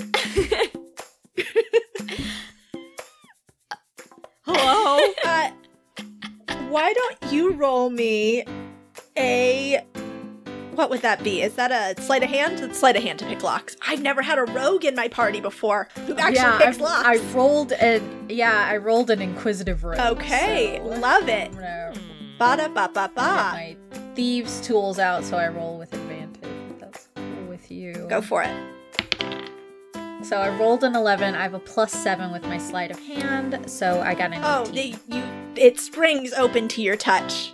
S3: Hello.
S1: Uh, why don't you roll me a. What would that be? Is that a sleight of hand? It's sleight of hand to pick locks. I've never had a rogue in my party before who actually picks
S2: I,
S1: locks.
S2: I rolled an yeah, I rolled an inquisitive roll.
S1: Okay,
S2: so
S1: love it.
S2: I'm gonna
S1: Ba da ba ba
S2: get
S1: ba.
S2: my thieves tools out, so I roll with advantage. if That's cool with you.
S1: Go for it.
S2: So I rolled an eleven. I have a plus seven with my sleight of hand, so I got an.
S1: Oh,
S2: 18.
S1: they, you. It springs open to your touch.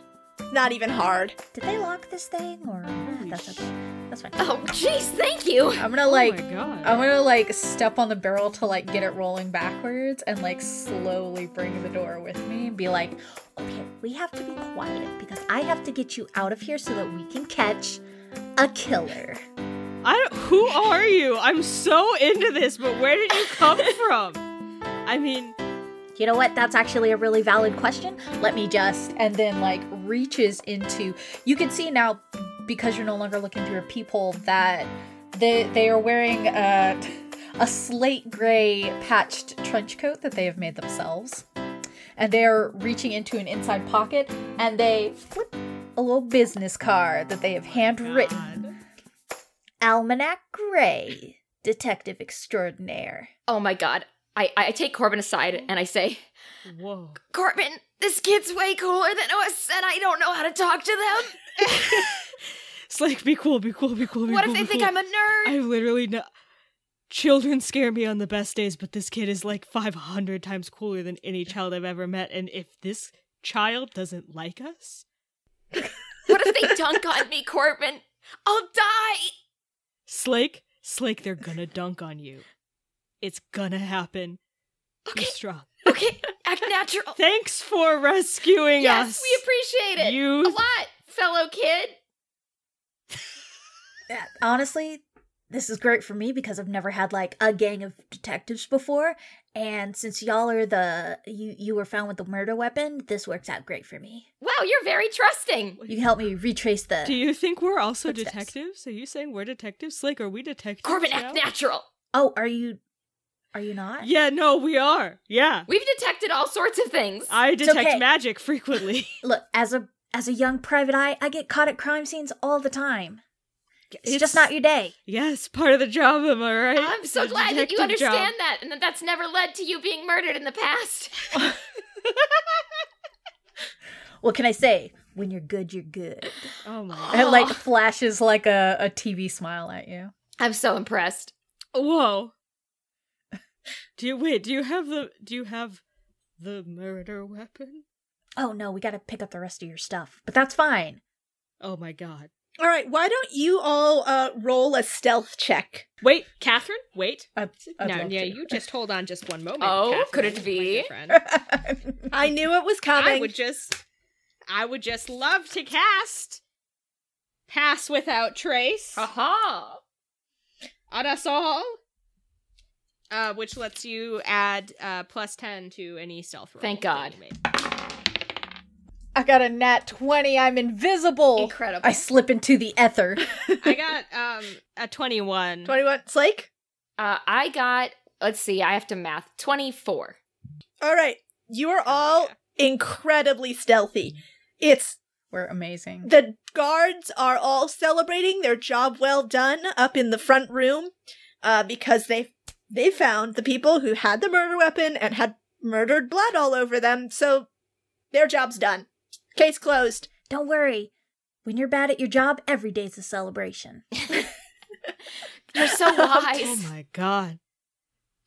S1: Not even hard.
S6: Did they lock this thing, or ah, that's okay? That's fine.
S4: Oh, jeez, thank you.
S2: I'm gonna
S4: [laughs]
S2: like
S3: oh my god.
S2: I'm gonna like step on the barrel to like get it rolling backwards and like slowly bring the door with me and be like,
S6: Okay, we have to be quiet because I have to get you out of here so that we can catch a killer.
S3: I don't, who are you? I'm so into this, but where did you
S4: [laughs]
S3: come from? I mean,
S6: You know what? That's actually a really valid question.
S2: let me just, and then like reaches into. You can see now because you're no longer looking through a peephole that they they are wearing a [laughs] a slate gray patched trench coat that they have made themselves, and they are reaching into an inside pocket and they flip a little business card that they have handwritten.
S6: Almanac Gray, detective extraordinaire.
S4: Oh my god. I, I take Corbin aside and I say,
S3: whoa.
S4: Corbin, this kid's way cooler than us, and I don't know how to talk to them.
S3: It's like be cool, be cool, be cool. Be
S4: What
S3: cool,
S4: if they
S3: be
S4: think
S3: cool.
S4: I'm a nerd?
S3: I literally know. Children scare me on the best days, but this kid is like 500 times cooler than any child I've ever met. And if this child doesn't like us,
S4: What if they dunk on me, Corbin? I'll die.
S3: Slake, Slake, they're gonna dunk on you. It's gonna happen.
S4: Okay.
S3: Be strong.
S4: Okay, act natural.
S3: Thanks for rescuing
S4: yes,
S3: us.
S4: we appreciate it.
S3: You-
S4: A lot, fellow kid.
S6: Yeah, honestly, this is great for me because I've never had like a gang of detectives before, and since y'all are the you you were found with the murder weapon, this works out great for me.
S4: Wow, you're very trusting.
S6: You can help me retrace the.
S3: Do you think we're also
S6: Footsteps.
S3: detectives? Are you saying we're detectives? Slake, are we detectives?
S4: Corbin,
S3: now?
S4: act natural.
S6: oh, are you? Are you not?
S3: Yeah, no, we are. Yeah.
S4: We've detected all sorts of things.
S3: I detect
S6: okay.
S3: magic
S4: [laughs]
S3: frequently.
S6: Look, as a as a young private eye, I get caught at crime scenes all the time. It's, just not your day.
S3: Yes, part of the job, am I right?
S4: I'm so
S3: The
S4: glad that you
S3: detective job.
S4: understand that, and that that's never led to you being murdered in the past.
S6: What can I say? When you're good, you're good. [laughs]
S3: Oh my
S2: It like flashes like a, a TV smile at you.
S4: I'm so impressed.
S5: [laughs]
S3: Whoa. Do you wait? Do you have the? Do you have the murder weapon?
S6: oh no, we got to pick up the rest of your stuff. But that's fine.
S5: Oh my god.
S1: All right, why don't you all uh, roll a stealth check?
S5: Wait, Catherine? Wait.
S2: I'd, I'd
S5: no,
S2: love
S5: yeah,
S2: to.
S5: you just hold on just one moment.
S4: Oh,
S5: Catherine,
S4: could it
S5: my
S4: be?
S5: good
S2: [laughs]
S5: friend.
S1: I knew it was coming.
S5: I would just I would just love to cast Pass Without Trace
S4: Oh. Aha!
S5: on us all. Uh, which lets you add uh, plus ten to any stealth roll.
S4: Thank
S5: that
S4: God.
S5: you make.
S2: I got a nat 20. I'm invisible.
S4: Incredible.
S2: I slip into the ether.
S5: I got um a twenty-one.
S1: 21 Slake?
S4: Uh, I got, let's see, I have to math 24.
S1: All right, you are all incredibly stealthy. It's
S2: We're amazing.
S1: the guards are all celebrating their job well done up in the front room uh, because they they found the people who had the murder weapon and had murdered blood all over them. So their job's done. Case closed.
S6: Don't worry. When you're bad at your job, every day's a celebration.
S4: You're so
S5: [laughs] Oh
S4: wise.
S5: my god.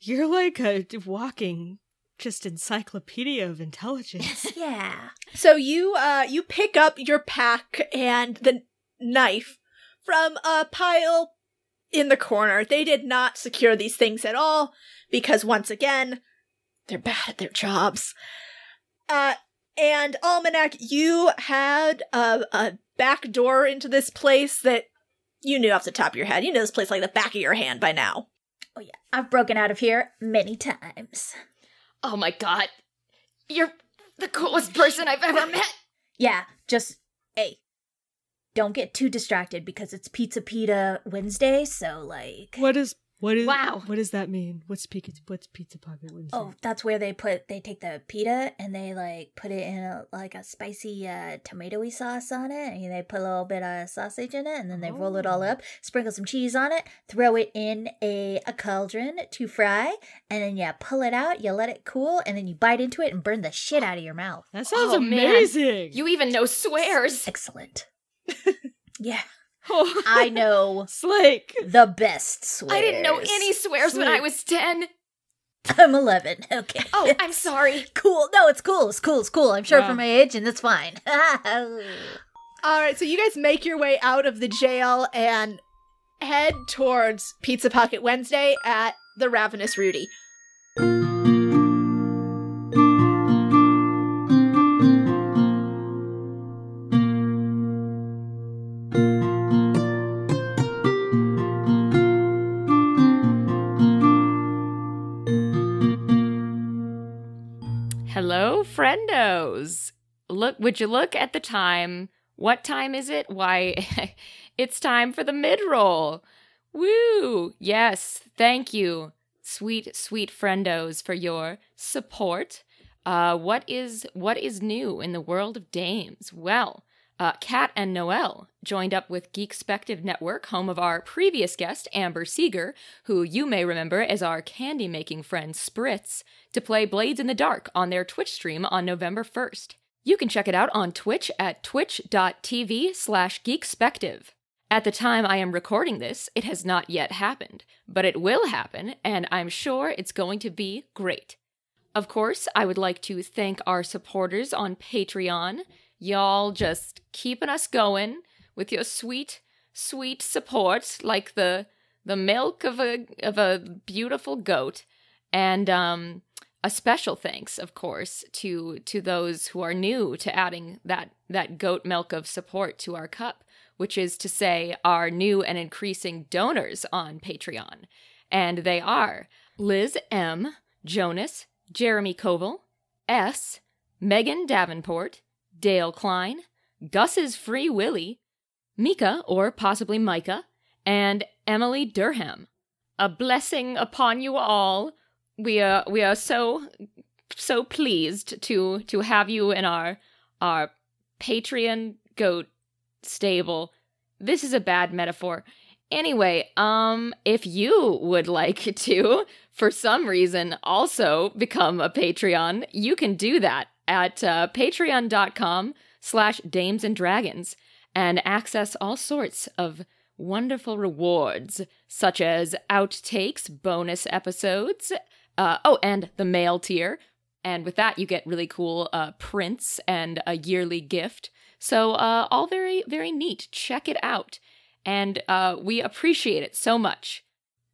S5: You're like a walking just encyclopedia of
S4: [laughs]
S5: intelligence.
S6: yeah.
S1: So you uh you pick up your pack and the knife from a pile in the corner. They did not secure these things at all because once again, they're bad at their jobs. Uh and Almanac, you had a, a back door into this place that you knew off the top of your head. You know this place like the back of your hand by now.
S6: Oh yeah. I've broken out of here many times.
S4: oh my god. You're the coolest person I've ever met.
S6: Yeah, just hey. Don't get too distracted because it's Pizza Pita Wednesday, so like
S5: what is what is
S4: Wow.
S5: what does that mean? What's pizza what's pizza pocket Wednesday?
S6: Oh, that's where they put they take the pita and they like put it in a, like a spicy uh tomatoey sauce on it and they put a little bit of sausage in it and then they roll it all
S5: Oh.
S6: up, sprinkle some cheese on it, throw it in a, a cauldron to fry, and then you pull it out, you let it cool, and then you bite into it and burn the shit out of your mouth.
S5: that sounds
S4: oh, man.
S5: amazing.
S4: You even know swears.
S6: Excellent. yeah,
S5: [laughs] Oh,
S4: [laughs]
S6: I know
S5: Slake.
S6: the best swears.
S4: I didn't know any swears when I was 10.
S6: [laughs] I'm 11. Okay.
S4: Oh, I'm sorry.
S6: [laughs] cool. No, it's cool. It's cool. It's cool. I'm sure
S5: Wow.
S6: for my age, and that's fine. [laughs]
S1: All right, so you guys make your way out of the jail and head towards Pizza Pocket Wednesday at the Ravenous Rudy.
S4: Hello, friendos. Look, would you look at the time? What time is it? Why, [laughs] it's time for the mid roll. Woo! Yes, thank you, sweet, sweet friendos, for your support. Uh, what is what is new in the world of dames? Well, uh, Kat and Noel joined up with Geekspective Network, home of our previous guest Amber Seeger, who you may remember as our candy making friend Spritz, to play Blades in the Dark on their Twitch stream on November 1st. You can check it out on Twitch at twitch.tv slash geekspective. At the time I am recording this, it has not yet happened, but it will happen, and I'm sure it's going to be great. Of course, I would like to thank our supporters on Patreon. Y'all just keeping us going with your sweet, sweet support, like the the milk of a of a beautiful goat. And um, a special thanks, of course, to to those who are new to adding that that goat milk of support to our cup, which is to say, our new and increasing donors on Patreon, and they are Liz M, Jonas, Jeremy Koval, S, Megan Davenport, Dale Klein, Gus's Free Willy, Mika or possibly Micah, and Emily Durham. A blessing upon you all we are we are so so pleased to to have you in our our Patreon goat stable. This is a bad metaphor. Anyway, um if you would like [laughs] to for some reason also become a Patreon, you can do that at uh, patreon.com slash dames and dragons and access all sorts of wonderful rewards such as outtakes, bonus episodes, uh, oh, and the mail tier, And with that, you get really cool uh, prints and a yearly gift. So, uh, all very, very neat. Check it out. And uh, we appreciate it so much.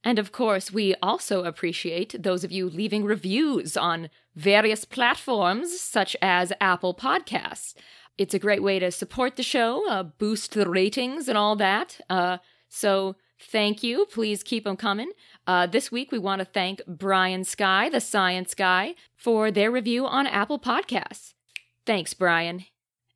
S4: And of course, we also appreciate those of you leaving reviews on various platforms such as Apple Podcasts. It's a great way to support the show, uh, boost the ratings, and all that. Uh, so thank you. Please keep them coming. Uh, this week, we want to thank Brian Sky, the science guy, for their review on Apple Podcasts. Thanks, Brian.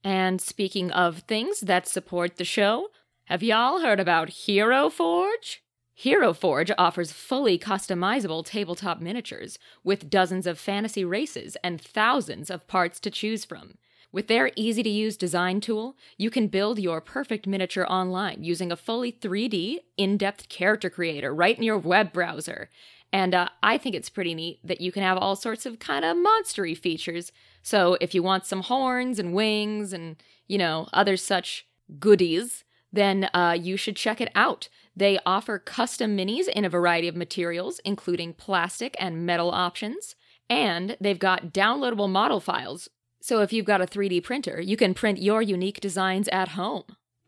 S4: And speaking of things that support the show, have y'all heard about Hero Forge? Hero Forge offers fully customizable tabletop miniatures with dozens of fantasy races and thousands of parts to choose from. With their easy to use design tool, you can build your perfect miniature online using a fully 3D, in depth character creator right in your web browser. And uh, I think it's pretty neat that you can have all sorts of kind of monstery features. So if you want some horns and wings and, you know, other such goodies, then uh, you should check it out. They offer custom minis in a variety of materials, including plastic and metal options. And they've got downloadable model files. So if you've got a 3D printer, you can print your unique designs at home.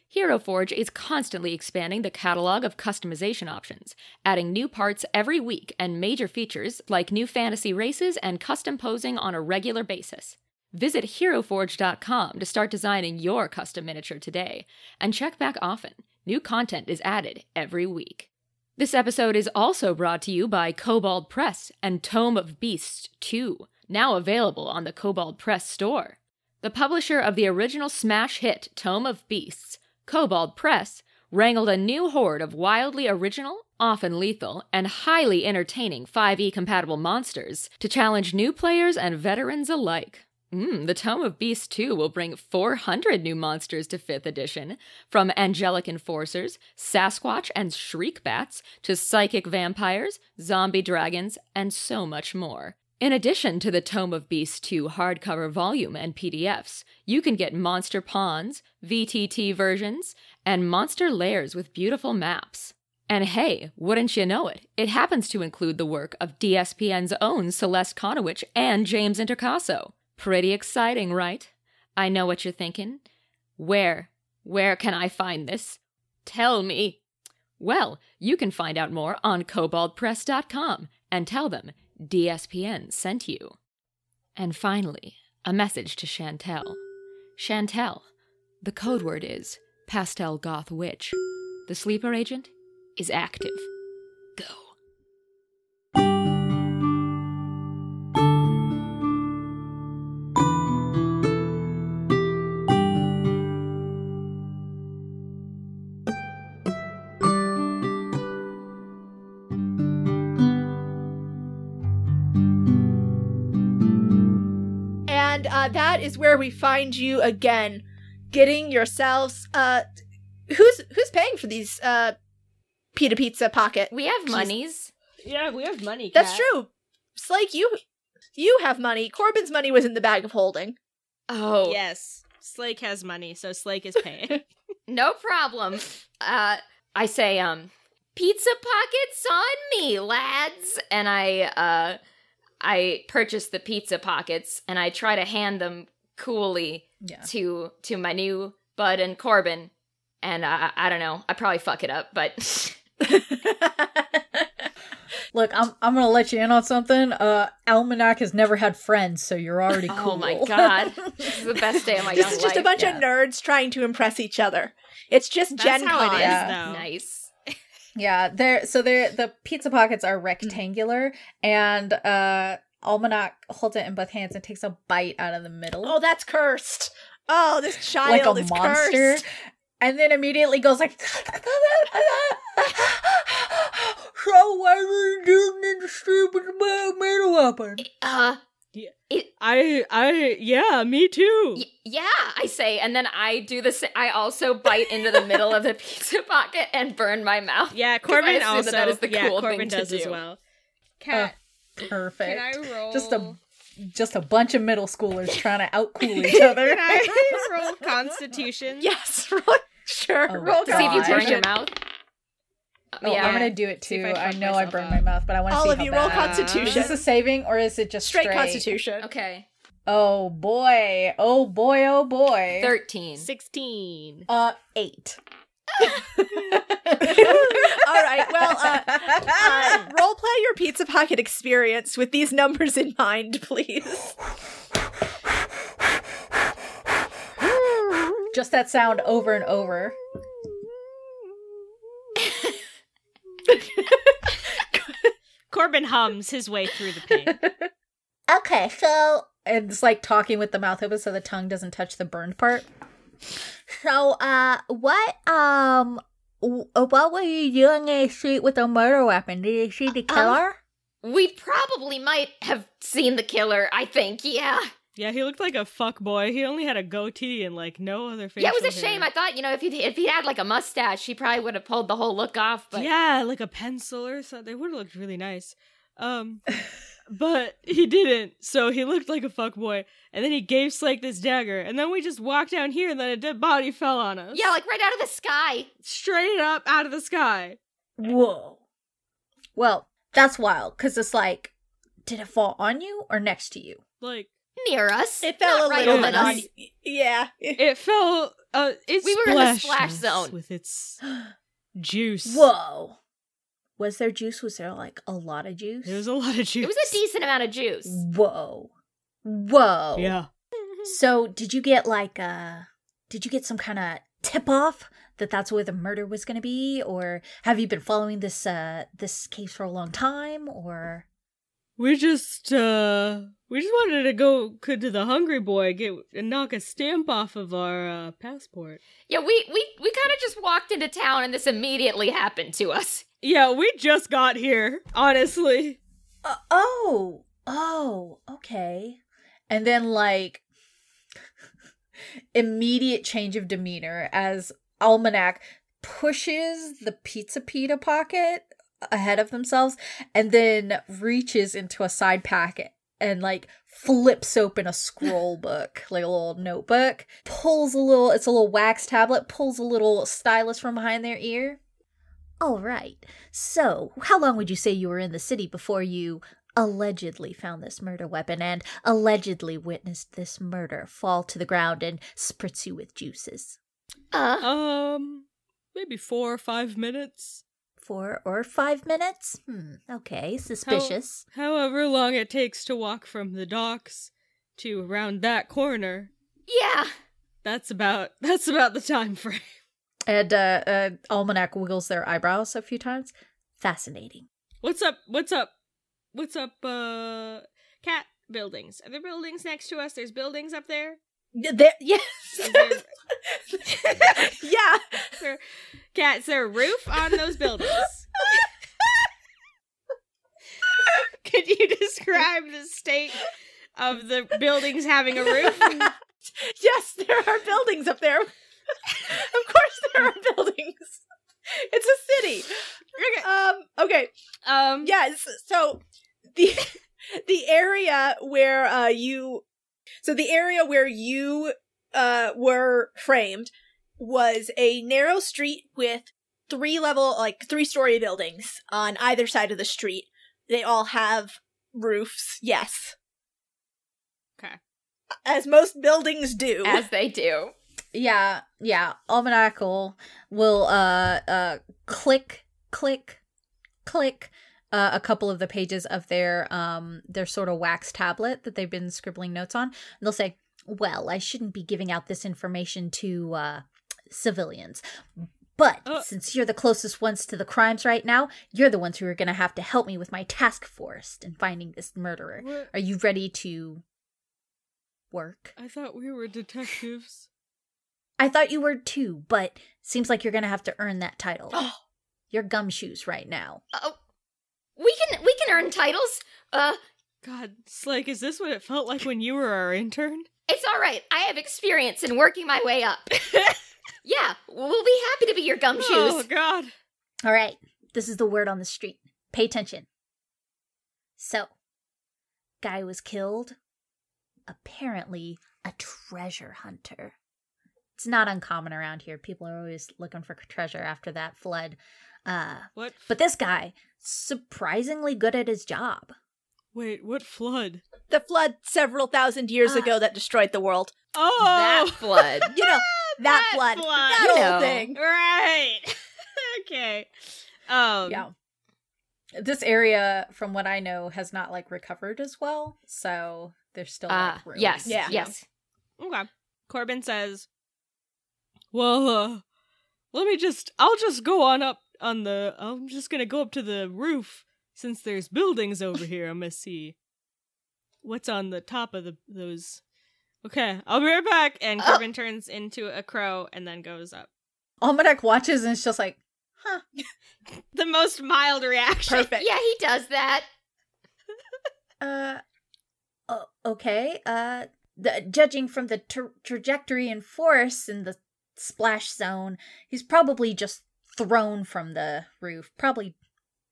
S4: Hero Forge is constantly expanding the catalog of customization options, adding new parts every week and major features like new fantasy races and custom posing on a regular basis. Visit heroforge.com to start designing your custom miniature today and check back often. New content is added every week. This episode is also brought to you by Kobold Press and Tome of Beasts 2, now available on the Kobold Press store. The publisher of the original smash hit Tome of Beasts, Kobold Press, wrangled a new horde of wildly original, often lethal, and highly entertaining 5e compatible monsters to challenge new players and veterans alike. Mm, the Tome of Beasts 2 will bring 400 new monsters to 5th edition, from angelic enforcers, Sasquatch and Shriek Bats, to psychic vampires, zombie dragons, and so much more. In addition to the Tome of Beasts 2 hardcover volume and PDFs, you can get monster pawns, VTT versions, and monster lairs with beautiful maps. And hey, wouldn't you know it, it happens to include the work of DSPN's own Celeste Konowich and James Intercasso. Pretty exciting, right? I know what you're thinking. Where? Where can I find this? Tell me. Well, you can find out more on koboldpress.com and tell them DSPN sent you. And finally, a message to Chantel. Chantel, the code word is Pastel Goth Witch. The sleeper agent is active. Go.
S1: And uh, that is where we find you again, getting yourselves. Uh, who's who's paying for these uh, pita pizza pocket?
S4: We have monies.
S5: Yeah, we have money.
S1: That's
S5: Kat.
S1: true. Slake, you you have money. Corbin's money was in the bag of holding.
S4: Oh,
S5: Yes. Slake has money, so Slake is
S4: [laughs]
S5: paying.
S4: no problem. Uh, I say, um, pizza pockets on me, lads, and I, uh, I purchase the pizza pockets and I try to hand them coolly
S2: Yeah.
S4: to to my new Bud and Corbin, and I, I don't know, I probably fuck it up, but [laughs]
S2: Look, I'm I'm gonna let you in on something. Uh, Almanac has never had friends, so you're already cool. [laughs]
S4: oh my
S1: [laughs]
S4: god, this is the best day of my
S1: This
S4: young
S1: is just a
S4: life.
S1: bunch
S2: yeah.
S1: of nerds trying to impress each other. It's just
S5: That's
S1: Gen
S5: how it
S1: Con.
S5: is,
S2: Yeah.
S5: though.
S4: nice.
S2: Yeah, they're so they're the pizza pockets are rectangular, and uh, Almanac holds it in both hands and takes a bite out of the middle,
S1: Oh, that's cursed. Oh, this child
S2: like a
S1: is
S2: monster,
S1: cursed. [laughs]
S2: and then immediately goes like. [laughs] How I doing the stupid metal weapon?
S4: Uh,
S5: Yeah.
S4: it,
S5: I, I, yeah, me too.
S4: Y- yeah, I say, and then I do the. sa- I also bite into the middle of the [laughs] pizza pocket and burn my mouth. [laughs]
S5: Yeah,
S4: Because I
S5: Corbin
S4: assume that
S5: also.
S4: that is the
S5: yeah,
S4: cool
S5: Corbin
S4: thing to
S5: does as
S4: do.
S5: well.
S2: Cat,
S5: Cat,
S2: Oh, Perfect.
S5: can I roll?
S2: Just a just a bunch of middle schoolers
S3: [laughs]
S2: trying to outcool each other.
S5: Can
S4: [laughs]
S5: I roll Constitution?
S1: Yes, right. Sure.
S2: Oh,
S1: Roll
S2: God.
S4: To see if you
S2: Why?
S4: burn your mouth.
S2: Oh,
S4: yeah.
S2: I'm gonna do it
S3: See if
S2: too.
S3: I
S2: I,
S3: fuck
S2: know I
S3: myself
S2: burned
S3: up.
S2: my mouth, but I want to
S1: All
S2: see
S1: of
S2: how
S1: you roll
S2: bad.
S1: Constitution.
S2: Is this a saving or is it just
S1: Straight,
S2: straight,
S1: Constitution.
S4: Okay.
S2: Oh boy! Oh boy! Oh boy!
S4: 13.
S1: [laughs]
S7: 16.
S2: uh, eight.
S1: Uh, All right. Well,
S2: [laughs]
S1: uh, uh, role play your pizza pocket experience with these numbers in mind, please.
S2: just that sound over and over.
S7: Corbin hums his way through the
S4: [laughs]
S7: pain.
S6: Okay, so
S2: And it's like talking with the mouth open so the tongue doesn't touch the burned part.
S6: so uh, what um, w- what were you doing in the street with a murder weapon? Did you see the killer?
S4: We probably might have seen the killer, I think. Yeah.
S3: Yeah, he looked like a fuck boy. He only had a goatee and like no other facial
S4: yeah, it was a shame.
S3: hair.
S4: I thought, you know, if he if he had like a mustache, he probably would have pulled the whole look off, but
S3: Yeah, like a pencil or something. They would have looked really nice.
S4: [laughs]
S3: Um but he didn't. So he looked like a fuckboy. And then he gave Slake this dagger. And then we just walked down here and then a dead body fell on us.
S4: Yeah, like right out of the sky.
S3: Straight up out of the sky.
S2: Whoa!
S6: Well,
S2: That's wild because it's like, did it fall on you or next to you?
S3: Like
S4: Near us.
S1: It fell
S4: Not
S1: a
S4: right
S1: little
S4: on
S1: bit
S4: us.
S1: on. Yeah.
S3: it fell uh it
S4: We were in the
S3: splashed
S4: splash
S3: us
S4: zone.
S3: with
S4: [gasps]
S3: its juice.
S2: Whoa!
S6: was there juice? Was there like a lot of juice?
S3: There was a lot of juice.
S4: It was a decent amount of juice.
S6: Whoa, whoa!
S3: Yeah.
S6: So did you get like uh did you get some kind of tip off that that's where the murder was going to be or have you been following this uh this case for a long time or
S3: We just uh we just wanted to go could to the hungry boy get and knock a stamp off of our uh, passport.
S4: Yeah, we we we kind of just walked into town and this immediately happened to us.
S3: Yeah, we just got here, honestly.
S6: uh, oh, oh, okay.
S2: and then like [laughs] immediate change of demeanor as almanac pushes the pizza pita pocket ahead of themselves and then reaches into a side packet and like flips open a scroll book like a little notebook pulls a little it's a little wax tablet pulls a little stylus from behind their ear
S6: All right. So, how long would you say you were in the city before you allegedly found this murder weapon and allegedly witnessed this murder fall to the ground and spritz you with juices?
S4: Uh
S3: Um maybe 4 or 5 minutes.
S6: 4 or 5 minutes? Hmm, okay, suspicious.
S3: However long it takes to walk from the docks to around that corner.
S4: yeah.
S3: That's about [laughs] that's about the time frame.
S2: and uh, uh almanac wiggles their eyebrows a few times
S6: Fascinating.
S3: What's up? What's up? What's up uh cat buildings? Are there buildings next to us? There's buildings up there?
S1: There,
S2: [laughs]
S1: yes.
S3: Is there,
S1: [laughs] yeah.
S3: cat, is there a roof on those buildings? Could you [laughs] describe the state of the buildings having a roof?
S1: [laughs] Yes, there are buildings up there. [laughs] of course, there are buildings. It's a city.
S3: Okay.
S1: Um. Okay.
S3: Um, [laughs]
S1: Yes. So the [laughs] the area where uh you so the area where you uh were framed was a narrow street with three level like three story buildings on either side of the street. They all have roofs. Yes.
S3: Okay.
S1: As most buildings do.
S4: As they do.
S2: yeah yeah almanac will, will uh uh click click click uh, a couple of the pages of their um their sort of wax tablet that they've been scribbling notes on and they'll say
S6: Well, I shouldn't be giving out this information to uh civilians. But
S3: Uh.
S6: since you're the closest ones to the crimes right now, you're the ones who are going to have to help me with my task force in finding this murderer.
S3: what-
S6: Are you ready to work?
S3: I thought we were detectives.
S6: I thought you were too, but seems like you're gonna have to earn that title. you're gumshoes right now.
S4: Oh. We can we can earn titles. Uh
S3: God, Slake, is this what it felt like when you were our intern?
S4: it's all right. I have experience in working my way up. [laughs] yeah, we'll be happy to be your gumshoes.
S3: Oh, God.
S6: All right, this is the word on the street. Pay attention. So, guy was killed. Apparently, a treasure hunter. It's not uncommon around here. People are always looking for treasure after that flood. Uh,
S3: What? f-
S6: but this guy, surprisingly good at his job.
S3: Wait, what flood?
S1: The flood several thousand years
S6: Ah.
S1: ago that destroyed the world.
S3: Oh,
S4: That flood.
S1: You know, that,
S3: That
S1: flood.
S3: flood.
S1: That
S4: You
S1: old
S3: [laughs]
S4: know.
S1: thing. [laughs]
S3: right. okay. Um,
S2: yeah. This area, from what I know, has not like recovered as well, so there's still
S4: Uh,
S3: Ah,
S2: like ruins.
S4: yes.
S1: Yeah.
S4: Yes.
S3: Okay. Corbin says, "Well, uh, let me just. I'll just go on up on the. I'm just gonna go up to the roof since there's buildings
S1: [laughs]
S3: over here. I'm gonna see what's on the top of the those. Okay, I'll be right back." And
S1: Oh.
S3: Corbin turns into a crow and then goes up.
S2: Almanac watches and it's just like, huh.
S3: The most mild reaction.
S1: Perfect.
S4: Yeah, he does that.
S6: Uh, oh, okay. Uh, the, judging from the tra- trajectory and force in the splash zone, he's probably just thrown from the roof. Probably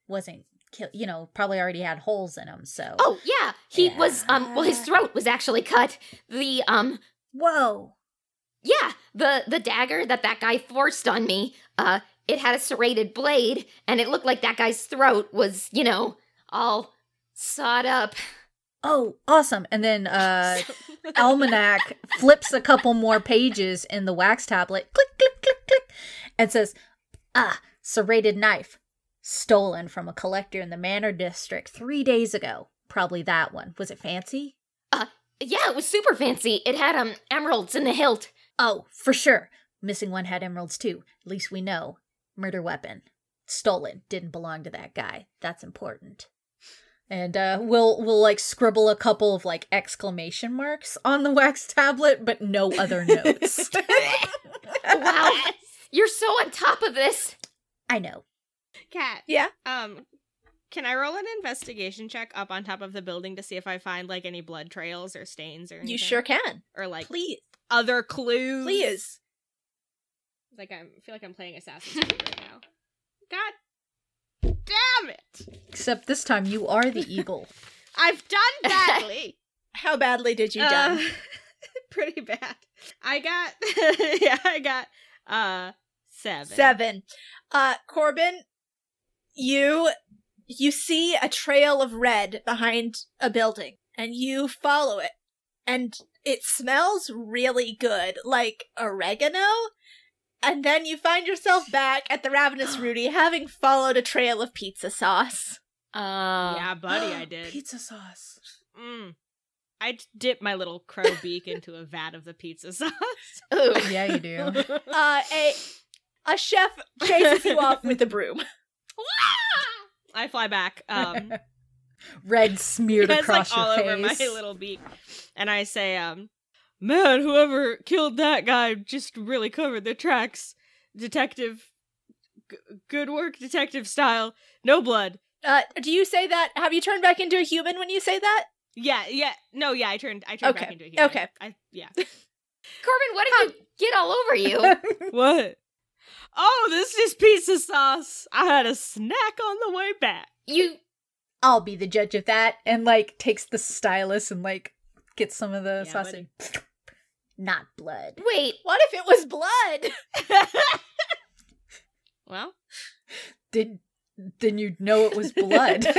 S6: wasn't killed. You know, probably already had holes in him. So,
S4: Oh yeah, he
S6: Yeah.
S4: was. Um, well, his throat was actually cut. The um,
S6: whoa.
S4: yeah, the the dagger that that guy forced on me. Uh, it had a serrated blade, and it looked like that guy's throat was, you know, all sawed up.
S6: Oh, awesome.
S2: And then
S4: [laughs]
S2: uh, Almanac flips a couple more pages in the wax tablet, click, click, click, click, and says,
S6: Ah, serrated knife. Stolen from a collector in the Manor District three days ago. Probably that one. Was it fancy?
S4: Yeah, it was super fancy. It had um emeralds in the hilt.
S6: Oh, for sure. Missing one had emeralds too. At least we know. Murder weapon. Stolen. Didn't belong to that guy. That's important.
S2: and uh, we'll we'll like scribble a couple of like exclamation marks on the wax tablet, but no other notes.
S4: Wow, [laughs] you're so on top of this.
S6: I know.
S3: Cat.
S1: Yeah?
S3: Um, can I roll an investigation check up on top of the building to see if I find like any blood trails or stains or anything?
S1: You sure can.
S3: Or like
S1: Please.
S3: other clues?
S1: Please.
S3: Like I'm I feel like I'm playing Assassin's Creed right now. God damn it!
S2: Except this time you are
S3: [laughs]
S2: the eagle.
S3: I've done badly.
S1: How badly did you
S3: Uh, [laughs]
S1: done?
S3: pretty bad. I got [laughs] yeah, I got uh seven.
S1: Seven. Uh, Corbin, you you see a trail of red behind a building, and you follow it, and it smells really good, like oregano. And then you find yourself back at the
S3: [gasps]
S1: Ravenous Rudy, having followed a trail of pizza sauce.
S4: Uh, [laughs]
S3: Yeah, buddy, I did.
S2: Pizza sauce.
S3: Mm. I d- dipped my little crow beak into a vat of the pizza [laughs] sauce.
S4: ooh.
S2: Yeah, you do.
S3: [laughs]
S1: Uh, a a chef chases you off with
S3: [laughs]
S1: a broom.
S3: I fly back. Um,
S2: Red smeared
S3: it's
S2: across
S3: like all
S2: your
S3: over my
S2: face.
S3: little beak, and I say, um, "Man, whoever killed that guy just really covered their tracks." Detective, g- good work, detective style. No blood.
S1: Uh, do you say that? Have you turned back into a human when you say that?
S3: Yeah, yeah. No, yeah. I turned. I turned back
S1: Okay,
S3: into a human.
S1: okay.
S3: I, yeah. [laughs]
S4: Corbin, what did you get all over you?
S3: what? Oh, this is pizza sauce. I had a snack on the way back.
S4: You
S2: I'll be the judge of that. And like takes the stylus and like gets some of the
S3: Yeah,
S2: sauce.
S3: buddy.
S2: and-
S6: Not blood.
S4: wait.
S1: What if it was blood? [laughs]
S3: Well,
S2: Did then you'd know it was
S3: [laughs]
S2: blood. [laughs]
S1: you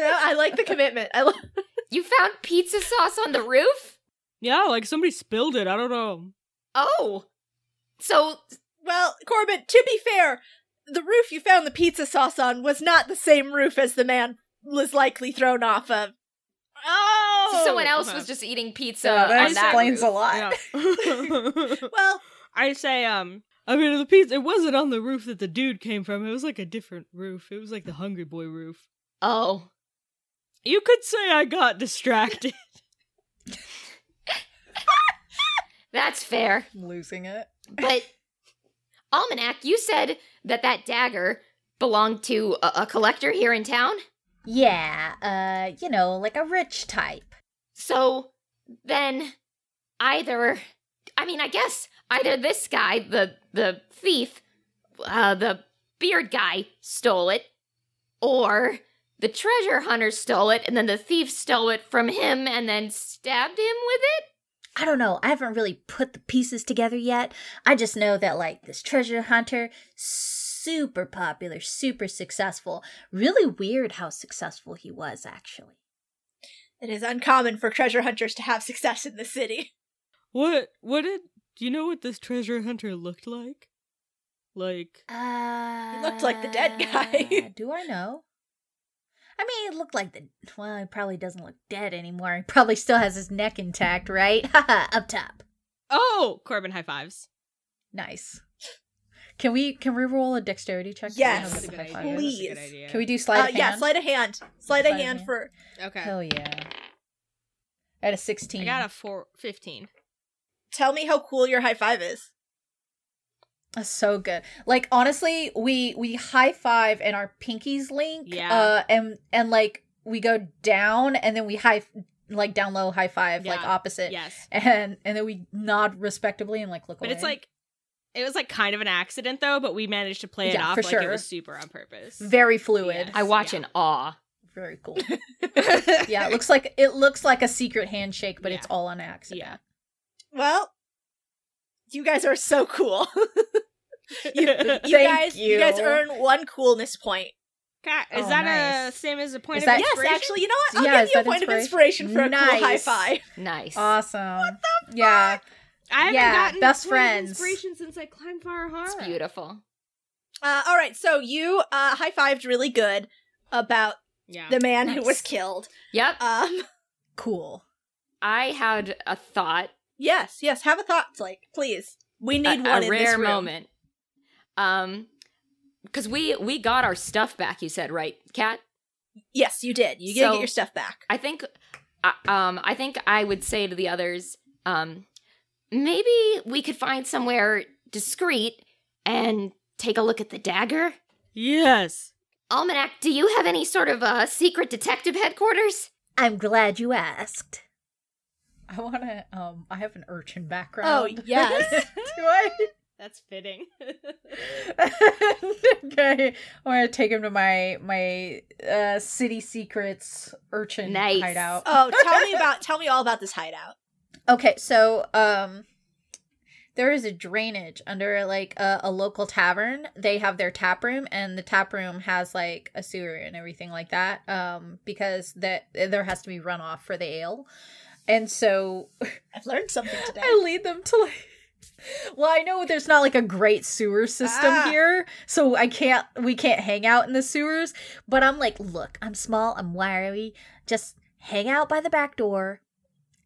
S1: know, I like the commitment. I lo-
S4: You found pizza sauce on the roof?
S3: yeah. Like somebody spilled it. I don't know.
S4: Oh. So
S1: well, Corbin, to be fair, the roof you found the pizza sauce on was not the same roof as the man was likely thrown off of.
S3: Oh,
S4: so someone else
S3: okay.
S4: was just eating pizza
S2: so that
S4: on that
S2: explains
S4: roof.
S2: a lot.
S3: Yeah. [laughs]
S1: Well,
S3: I say, um, I mean, the pizza, it wasn't on the roof that the dude came from. It was like a different roof. It was like the Hungry Boy roof.
S4: Oh.
S3: You could say I got distracted. [laughs]
S4: That's fair.
S2: I'm losing it.
S3: [laughs]
S4: But Almanac, you said that that dagger belonged to a, a collector here in town?
S6: Yeah, uh, you know, like a rich type.
S4: So then either I mean, I guess either this guy, the the thief, uh the beard guy stole it or the treasure hunter stole it and then the thief stole it from him and then stabbed him with it?
S6: I don't know. I haven't really put the pieces together yet. I just know that like this treasure hunter, super popular, super successful. Really weird how successful he was actually.
S1: It is uncommon for treasure hunters to have success in the city.
S5: What? What did? Do you know what this treasure hunter looked like? Like,
S6: Uh,
S1: looked like the dead [laughs] guy.
S6: do I know? I mean, it looked like the. Well, he probably doesn't look dead anymore. He probably still has his neck intact, right? [laughs] Haha, up top.
S5: oh, Corbin high fives.
S2: Nice. Can we can we roll a dexterity check? to see
S1: Yes,
S2: how good the high five is?
S1: please.
S2: Can we do slide?
S1: Uh,
S2: of
S1: yeah,
S2: hand?
S1: sleight of hand. Sleight,
S2: Sleight
S1: of
S2: of
S1: hand
S2: hand.
S1: for
S3: Okay.
S2: Hell yeah! At a sixteen.
S3: I got a four, 15.
S1: tell me how cool your high five is.
S2: That's so good. Like honestly, we we high five and our pinkies link.
S3: Yeah.
S2: Uh, and and like we go down and then we high like down low high five like
S3: Yeah.
S2: opposite.
S3: Yes.
S2: And and then we nod respectably and like look
S3: But
S2: away.
S3: it's like, it was like kind of an accident though, but we managed to play it
S2: Yeah,
S3: off
S2: for
S3: like it
S2: sure.
S3: was super
S2: [laughs]
S3: on purpose.
S2: very fluid.
S3: Yes.
S4: I watch in awe.
S2: Very
S3: [laughs]
S2: cool. yeah, it looks like it looks like a secret handshake, but it's
S3: Yeah.
S2: all on accident. [laughs]
S3: Yeah.
S1: Well, you guys are so cool. [laughs] You
S2: Thank
S1: guys, you. guys
S2: you.
S1: earn one coolness point.
S3: [laughs] Ca- Is
S2: Oh,
S3: that
S2: nice.
S3: a same as a point
S2: Is
S3: of
S2: that-
S1: Yes,
S3: inspiration?
S1: actually, you know what? I'll
S2: Yeah,
S1: give
S2: is
S1: you a
S2: that
S1: point of
S2: inspiration?
S1: inspiration for a cool high
S2: Nice.
S1: five.
S4: Nice.
S2: Awesome. Yeah.
S1: fuck?
S3: I haven't
S2: Yeah,
S3: gotten
S2: best
S3: point of
S2: friends.
S3: inspiration since I climbed Fire Hard.
S4: It's beautiful.
S1: Uh, all right, so you uh, high fived really good about
S3: Yeah.
S1: the man who
S4: Nice.
S1: was killed.
S4: Yep.
S1: Um, [laughs]
S2: Cool.
S4: I had a thought,
S1: yes, yes. Have a thought, like please. We
S4: a,
S1: need
S4: a
S1: one in this
S4: rare
S1: room.
S4: moment. Um, because we we got our stuff back. You said right, Kat.
S1: Yes, you did. You gotta
S4: So-
S1: get your stuff back.
S4: I think, uh, um, I think I would say to the others, um, maybe we could find somewhere discreet and take a look at the dagger.
S5: Yes.
S4: Almanac, do you have any sort of uh, secret detective headquarters?
S6: I'm glad you asked.
S2: I want to. Um, I have an urchin
S4: [laughs]
S1: Oh
S2: [laughs] background.
S1: yes.
S2: Do I?
S3: That's fitting.
S2: [laughs]
S3: [laughs]
S2: okay, I'm gonna take him to my my uh, city secrets urchin
S4: Nice.
S2: hideout.
S1: oh, tell me about tell me all about this hideout.
S2: Okay, so um there is a drainage under like a, a local tavern. They have their tap room and the tap room has like a sewer and everything like that um because that there has to be runoff for the ale. And so
S1: I've
S4: [laughs]
S1: learned something today.
S2: I lead them to like well, I know there's not like a great sewer system
S1: Ah.
S2: here, so I can't we can't hang out in the sewers.
S6: But I'm like, look, I'm small, I'm wiry. Just hang out by the back door,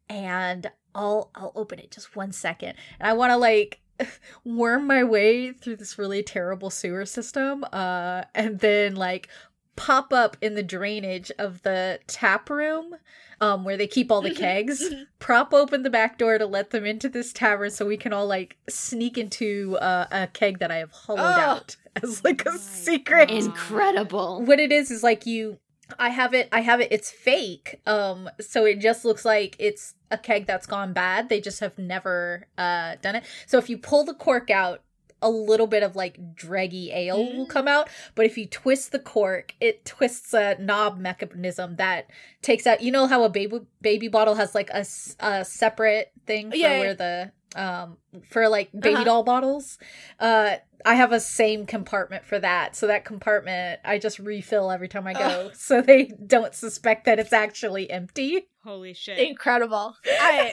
S6: and I'll I'll open it just one second.
S2: and I want to like [laughs] worm my way through this really terrible sewer system, uh, and then like pop up in the drainage of the tap room, um, where they keep all the kegs. prop open the back door to let them into this tavern, so we can all like sneak into uh, a keg that I have hollowed
S1: Oh.
S2: out [laughs] as like a
S3: My
S2: secret
S1: Uh,
S3: God.
S4: Incredible.
S2: what it is is like you i have it i have it it's fake um so it just looks like it's a keg that's gone bad they just have never uh done it so if you pull the cork out a little bit of like draggy ale will come out but if you twist the cork it twists a knob mechanism that takes out you know how a baby baby bottle has like a, s- a separate thing for
S1: Yeah, yeah.
S2: where the um for like baby
S1: Uh-huh.
S2: doll bottles uh I have a same compartment for that. So that compartment I just refill every time I go [laughs] so they don't suspect that it's actually empty.
S3: Holy shit.
S1: Incredible.
S4: [laughs]
S1: I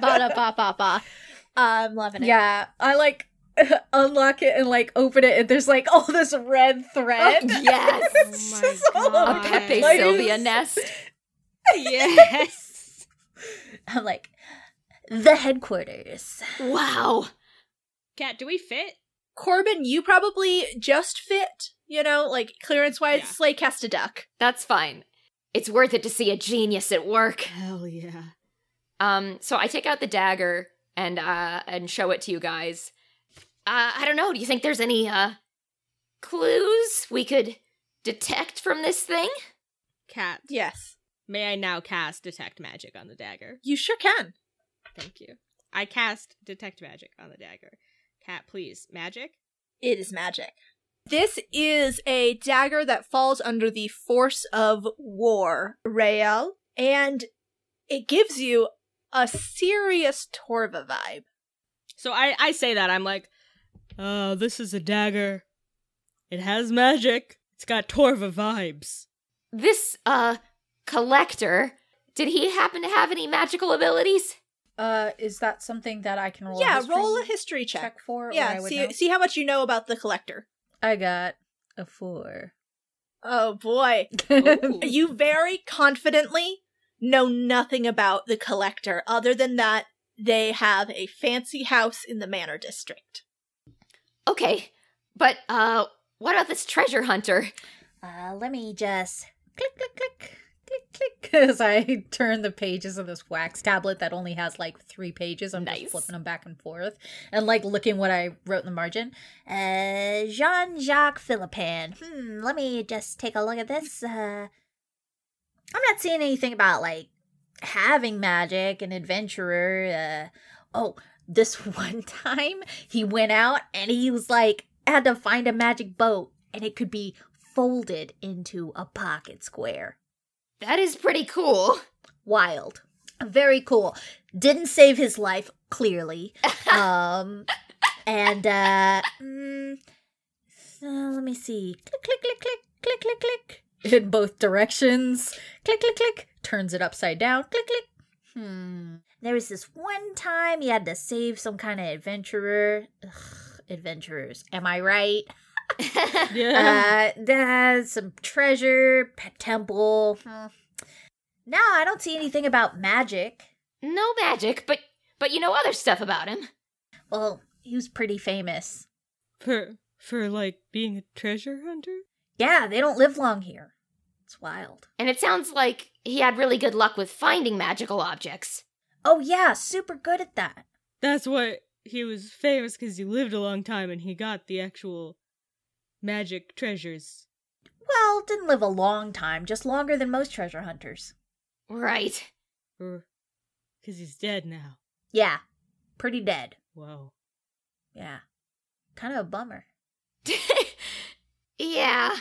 S1: ba da ba ba ba. I'm loving it.
S2: yeah, I like [laughs] unlock it and like open it and there's like [laughs] all this red thread.
S4: Oh, Yes.
S2: It's [laughs]
S3: Oh my
S2: just all over
S4: A
S2: the
S3: God.
S4: Pepe
S2: place.
S4: Sylvia nest.
S3: yes.
S6: [laughs] I'm like, the headquarters.
S4: Wow.
S3: Cat, do we fit?
S1: Corbin, you probably just fit, you know, like clearance wise,
S3: Yeah.
S1: Slay cast a duck.
S4: That's fine. It's worth it to see a genius at work.
S5: Hell yeah.
S4: Um, so I take out the dagger and uh and show it to you guys. Uh, I don't know. Do you think there's any uh clues we could detect from this thing?
S3: Cat,
S1: Yes.
S3: may I now cast Detect Magic on the dagger?
S1: You sure can.
S3: Thank you. I cast Detect Magic on the dagger. Cat, please. Magic?
S1: It is magic. This is a dagger that falls under the force of war, Rael, and it gives you a serious Torva vibe.
S5: So I, I say that. I'm like, oh, this is a dagger. It has magic. It's got Torva vibes.
S4: This uh collector, did he happen to have any magical abilities?
S2: Uh, is that something that I can roll?
S1: yeah,
S2: history
S1: roll a history check.
S2: for. or I
S1: yeah,
S2: would
S1: see
S2: know? [laughs]
S1: see how much you know about the collector.
S6: I got a four.
S1: Oh boy. You very confidently know nothing about the collector other than that they have a fancy house in the manor district.
S4: Okay. But uh what about this treasure hunter?
S6: Uh, let me just.
S2: click click click click click
S6: [laughs]
S2: as I turn the pages of this wax tablet that only has like three pages. I'm
S4: Nice.
S2: just flipping them back and forth and like looking what I wrote in the margin.
S6: Uh, Jean Jacques Philippin. Hmm, let me just take a look at this. Uh, I'm not seeing anything about like having magic and adventurer. Uh, oh, this [laughs] one time he went out and he was like, had to find a magic boat and it could be folded into a pocket square.
S4: That is pretty cool. [laughs]
S6: Wild. Very cool. Didn't save his life, clearly. um and uh mm, so let me see
S2: Click click click click click click click in both directions. Click click click turns it upside down. Click click. Hmm.
S6: there was this one time he had to save some kind of adventurer Ugh, adventurers am i right [laughs]
S5: Yeah.
S6: uh there's some treasure pet temple hmm. no i don't see anything about magic
S4: no magic, but but you know other stuff about him.
S6: well he was pretty famous
S5: for for like being a treasure hunter?
S6: yeah they don't live long here it's wild
S4: And it sounds like he had really good luck with finding magical objects.
S6: oh yeah super good at that
S5: That's what he was famous because he lived a long time and he got the actual magic treasures.
S6: Well, didn't live a long time, just longer than most treasure hunters.
S4: Right.
S5: Or because he's dead now.
S6: Yeah, pretty dead.
S5: Whoa.
S6: Yeah. Kind of a bummer.
S4: [laughs] yeah.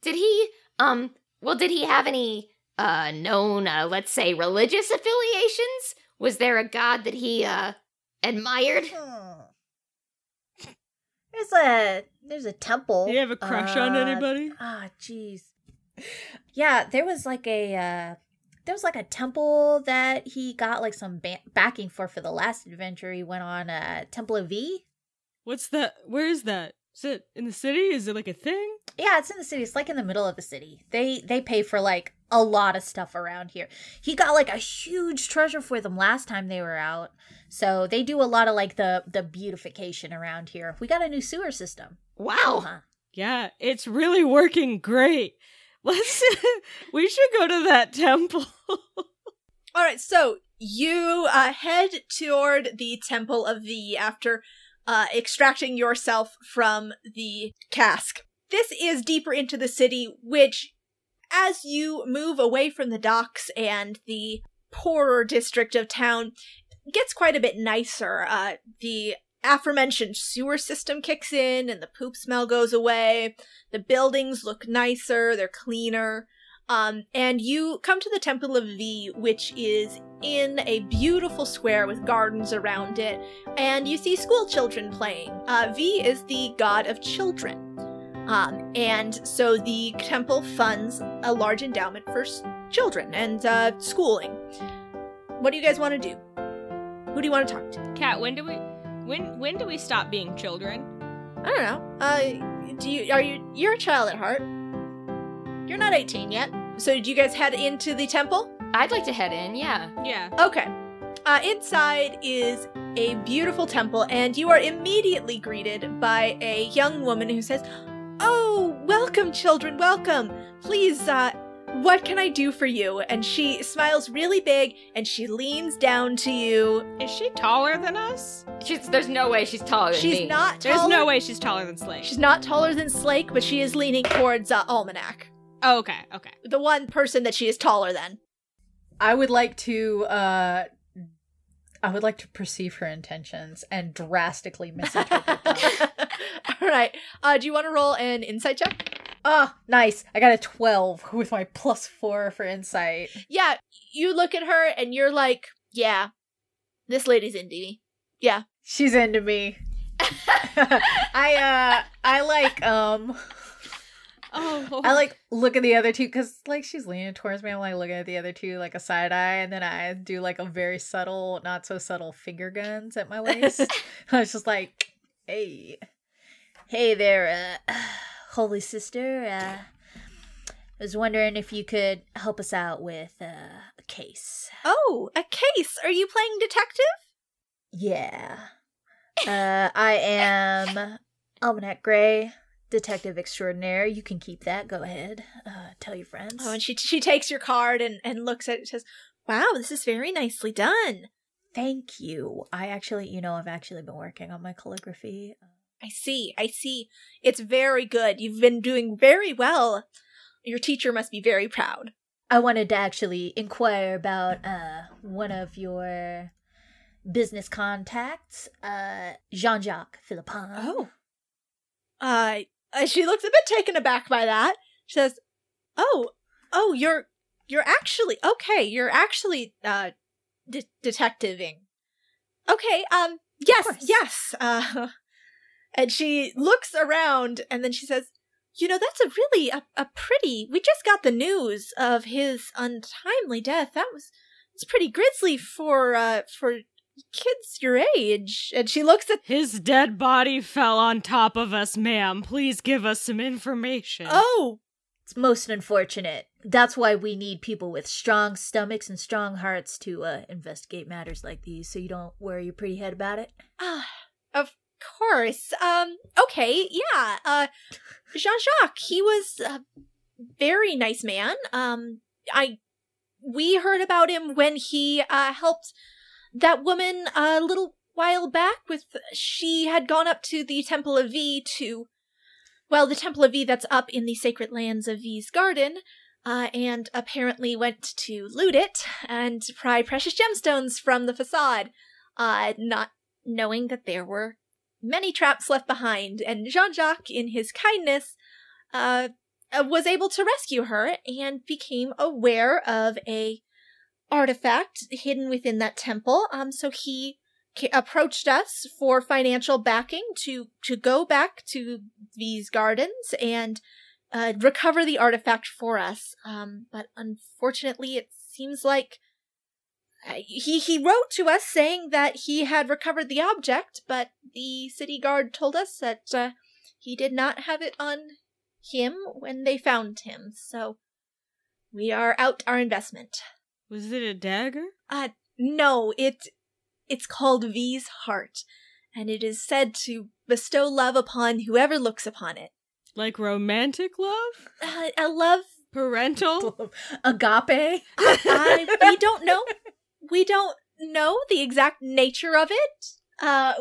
S4: Did he um well did he have any uh known uh, let's say religious affiliations? Was there a god that he uh admired?
S6: Hmm. There's a there's a temple.
S5: Did he have a crush on
S6: uh,
S5: anybody?
S6: Ah, jeez. Yeah, there was like a uh there was like a temple that he got like some ba- backing for for the last adventure he went on uh Temple of V.
S5: What's that? Where is that? Is it in the city? Is it like a thing?
S6: Yeah, it's in the city. It's like in the middle of the city. They they pay for like a lot of stuff around here. He got like a huge treasure for them last time they were out. So they do a lot of like the the beautification around here. We got a new sewer system. Uh-huh.
S4: Wow.
S6: Huh.
S5: Yeah, it's really working great. [laughs] Let's. we should go to that temple. [laughs]
S1: All right, so you uh, head toward the Temple of V after uh, extracting yourself from the cask. This is deeper into the city, which, as you move away from the docks and the poorer district of town, gets quite a bit nicer. Uh, the aforementioned sewer system kicks in, and the poop smell goes away. The buildings look nicer; they're cleaner. Um, and you come to the Temple of V, which is in a beautiful square with gardens around it, and you see school children playing. Uh, v is the god of children. Um, and so the temple funds a large endowment for s- children and uh, schooling. What do you guys want to do? Who do you want to talk to?
S3: Cat, when do we when when do we stop being children?
S1: I don't know. Uh, do you are you you're a child at heart? You're not 18 yet. So do you guys head into the temple?
S4: I'd like to head in, yeah.
S3: Yeah.
S1: Okay. Uh, inside is a beautiful temple, and you are immediately greeted by a young woman who says, Oh, welcome, children, welcome. Please, uh, what can I do for you? And she smiles really big and she leans down to you.
S3: Is she taller than us?
S4: She's there's no way she's taller than
S1: She's
S4: me.
S1: not taller.
S3: There's no way she's taller than Slade.
S1: She's not taller than Slake, but she is leaning towards uh, Almanac,
S3: Oh, okay, okay.
S1: the one person that she is
S3: [laughs]
S1: taller than. [laughs]
S2: I would like to uh I would like to perceive her intentions and drastically
S1: [laughs]
S2: misinterpret them.
S1: All right. Uh, do you want to roll an insight check?
S2: Ah, nice. I got a 12 with my plus 4 for insight.
S1: yeah, you look at her and you're like, yeah, This lady's in Dini. Yeah.
S2: She's into
S4: [laughs]
S2: me. I uh I like um
S5: Oh,
S2: I like look at the other two because like she's leaning towards me. I'm like looking at the other two like a side eye, and then I do like a very subtle, not so subtle finger guns at my
S4: [laughs]
S2: waist. [laughs]
S6: [laughs]
S2: I was just like, hey,
S6: Hey there, uh, [sighs] holy sister. Uh, I was wondering if you could help us out with uh, a case.
S1: Oh, a case. Are you playing detective?
S6: Yeah. Uh, I am Almanac Gray, Detective Extraordinaire. You can keep that. Go ahead. Uh, tell your friends.
S1: Oh, and she she takes your card and and looks at it and says, "Wow, this is very nicely done."
S6: Thank you. I actually, you know, I've actually been working on my calligraphy.
S1: I see. I see. It's very good. You've been doing very well. Your teacher must be very proud.
S6: I wanted to actually inquire about uh, one of your business contacts, uh, Jean Jacques Philippon.
S1: Oh. Uh, uh, she looks a bit taken aback by that. She says, "Oh, oh, you're you're actually okay. You're actually uh de- detectiving. Okay. Um. Yes.
S6: course.
S1: Yes. Uh." [laughs] And she looks around, and then she says, "You know, that's a really a, a pretty. We just got the news of his untimely death. That was it's pretty grisly for uh for kids your age." And she looks at
S5: his dead body fell on top of us, ma'am. Please give us some information.
S1: oh
S6: It's most unfortunate. That's why we need people with strong stomachs and strong hearts to uh, investigate matters like these so you don't worry your pretty head about it.
S1: Ah, of course. Um, okay, yeah. Uh, Jean Jacques, he was a very nice man. Um, I, we heard about him when he, uh, helped that woman a little while back with, she had gone up to the Temple of V to, well, the Temple of V that's up in the sacred lands of V's garden. Uh, and apparently went to loot it and pry precious gemstones from the facade. Uh, not knowing that there were many traps left behind, and Jean Jacques, in his kindness, uh, uh, was able to rescue her and became aware of a artifact hidden within that temple. Um, so he ca- approached us for financial backing to to go back to these gardens and uh, recover the artifact for us. Um, but unfortunately, it seems like uh, he he wrote to us saying that he had recovered the object, but the city guard told us that uh, he did not have it on him when they found him. So we are out our investment.
S5: Was it a dagger?
S1: Uh no, it it's called V's heart, and it is said to bestow love upon whoever looks upon it.
S5: Like romantic
S1: [laughs]
S5: love?
S1: Uh, a love
S5: Parental?
S2: agape.
S1: [laughs] I, we don't know. We don't know the exact nature of it. Uh,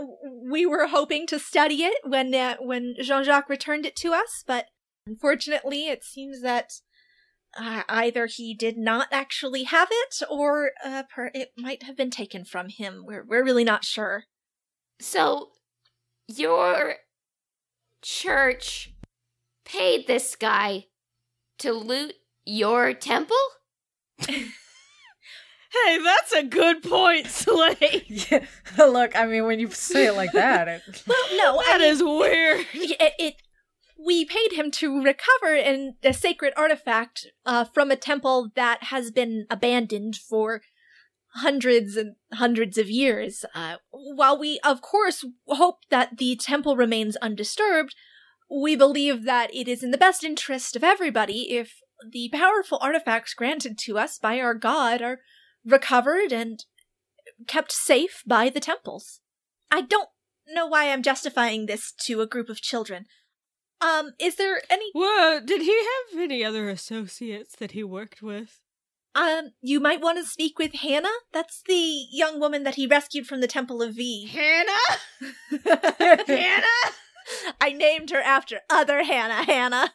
S1: we were hoping to study it when uh, when Jean Jacques returned it to us, but unfortunately, it seems that uh, either he did not actually have it, or uh, per- it might have been taken from him. We're we're really not sure.
S4: So, your church paid this guy to loot your temple?
S5: Hey, that's a good point, Slay.
S2: Yeah, [laughs] look, I mean, when you say it like that, it,
S1: [laughs] Well, no, I
S5: That
S1: mean,
S5: is weird.
S1: [laughs] it, it we paid him to recover an, a sacred artifact uh, from a temple that has been abandoned for hundreds and hundreds of years. Uh, while we, of course, hope that the temple remains undisturbed, we believe that it is in the best interest of everybody if the powerful artifacts granted to us by our god are recovered and kept safe by the temples. I don't know why I'm justifying this to a group of children. Um, is there any
S5: Whoa, did he have any other associates that he worked with?
S1: um you might want to speak with Hannah? That's the young woman that he rescued from the Temple of V.
S3: Hannah? Hannah?
S1: [laughs] I named her after other Hannah Hannah.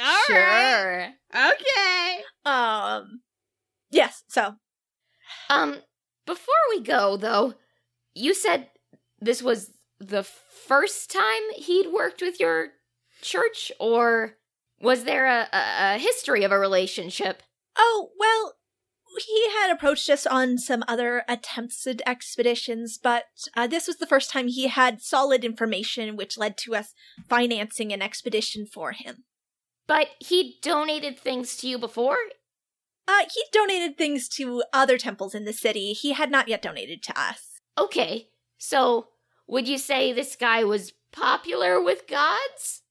S3: All
S4: sure.
S3: right. Okay.
S1: Um Yes, so
S4: Um, before we go, though, you said this was the first time he'd worked with your church, or was there a, a, a history of a relationship?
S1: Oh, well, he had approached us on some other attempted expeditions, but uh, this was the first time he had solid information, which led to us financing an expedition for him.
S4: But he donated things to you before?
S1: Uh, he donated things to other temples in the city. He had not yet donated to us.
S4: Okay, so would you say this guy was popular with gods?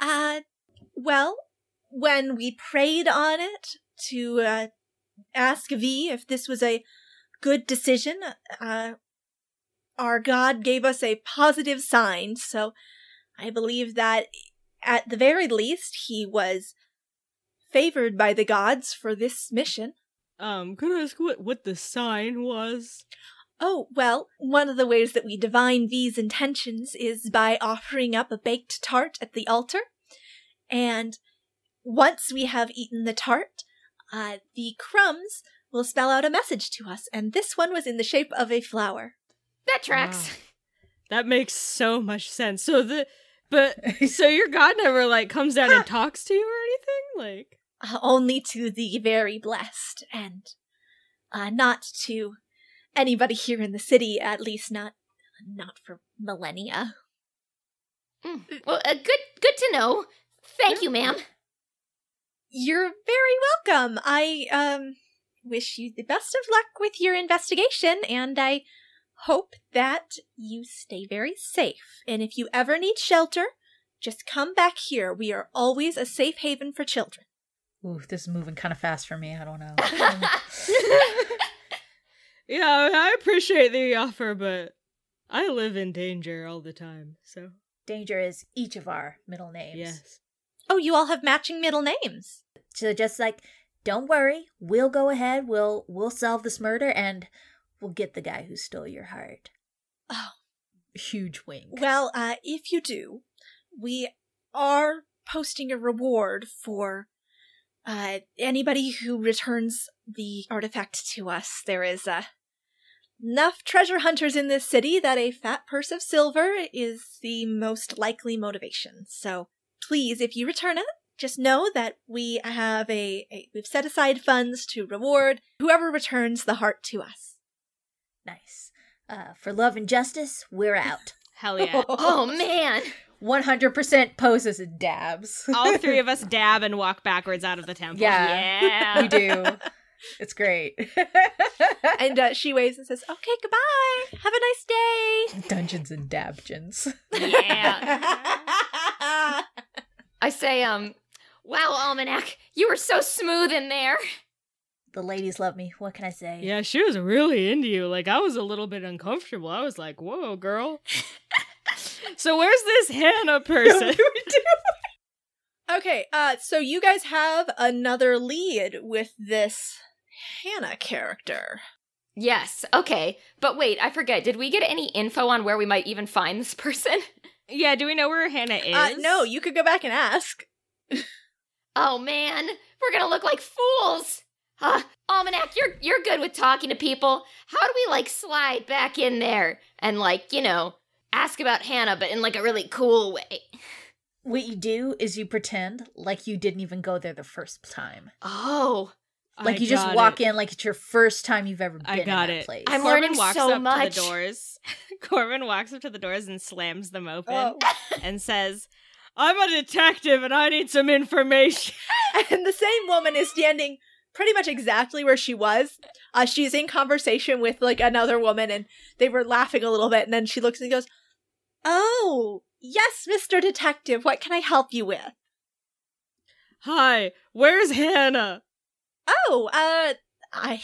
S1: Uh, well, when we prayed on it to uh, ask V if this was a good decision, uh, our God gave us a positive sign, so I believe that at the very least he was favored by the gods for this mission.
S5: Um, could I ask what, what the sign was?
S1: Oh, well, one of the ways that we divine V's intentions is by offering up a baked tart at the altar. And once we have eaten the tart, uh, the crumbs will spell out a message to us. And this one was in the shape of a flower.
S4: That tracks.
S5: That makes so much sense. So the
S1: [laughs]
S5: but so your god never like comes down
S1: [gasps]
S5: and talks to you or anything? Like
S1: Uh, only to the very blessed, and uh, not to anybody here in the city, at least not not for millennia.
S4: Mm, [laughs] Well, uh, good good to know. Thank you, ma'am. [laughs]
S1: You're very welcome. I um wish you the best of luck with your investigation and I hope that you stay very safe. And if you ever need shelter, just come back here. We are always a safe haven for children.
S2: Ooh, this is moving kind of fast for me. I don't know.
S5: Yeah, I- I appreciate the offer, but I live in danger all the time. So
S6: Danger is each of our middle names.
S5: yes.
S1: Oh, you all have matching middle names.
S6: So just like, don't worry, we'll go ahead, we'll we'll solve this murder and we'll get the guy who stole your heart.
S2: Huge wink.
S1: Well, uh, if you do, we are posting a reward for uh, anybody who returns the artifact to us. There is uh, enough treasure hunters in this city that a fat purse of silver is the most likely motivation. So please, if you return it, just know that we have a, a we've set aside funds to reward whoever returns the heart to us.
S6: Nice. Uh, for love and justice, we're out.
S3: Hell yeah.
S4: [laughs] oh man.
S2: 100% poses and
S4: [laughs]
S2: dabs.
S3: All
S4: Oh,
S3: three of us dab and walk backwards out of the temple.
S2: Yeah, [laughs]
S4: Yeah.
S2: we do. It's great. [laughs]
S1: and uh, she waves and says, "Okay, goodbye. Have a nice day."
S2: Dungeons and dabgens.
S4: yeah. I say, um, wow, Almanac, you were so smooth in there.
S6: the ladies love me. What can I say?
S5: Yeah, she was really into you. Like I was a little bit uncomfortable. I was like, "Whoa,
S3: [laughs]
S5: girl." so where's this Hannah person?
S1: okay, uh, so you guys have another lead with this Hannah character.
S4: Yes, okay. But wait, I forget. Did we get any info on where we might even find this person? [laughs]
S3: Yeah, do we know where Hannah is?
S1: Uh, no, you could go back and ask.
S4: Oh man, we're gonna look like fools. Huh? Almanac, you're you're good with talking to people. How do we like slide back in there and like, you know, ask about Hannah, but in like a really cool way?
S2: What you do is you pretend like you didn't even go there the first time.
S4: Oh,
S2: Like you just walk in like it's your first time you've ever been
S3: I got
S2: in that
S3: it.
S2: place.
S4: I'm-
S3: Corbin
S4: learning
S3: walks
S4: so
S3: up
S4: much.
S3: to the [laughs] doors. Corbin walks up to the doors and slams them open
S1: Oh,
S3: and says,
S5: I'm a detective and I need some information.
S1: [laughs]
S5: [laughs]
S1: And the same woman is standing pretty much exactly where she was. Uh, she's in conversation with like another woman, and they were laughing a little bit. And then she looks and goes, "Oh, yes, Mister Detective. What can I help you with?"
S5: Hi, where's Hannah?
S1: Oh, uh, I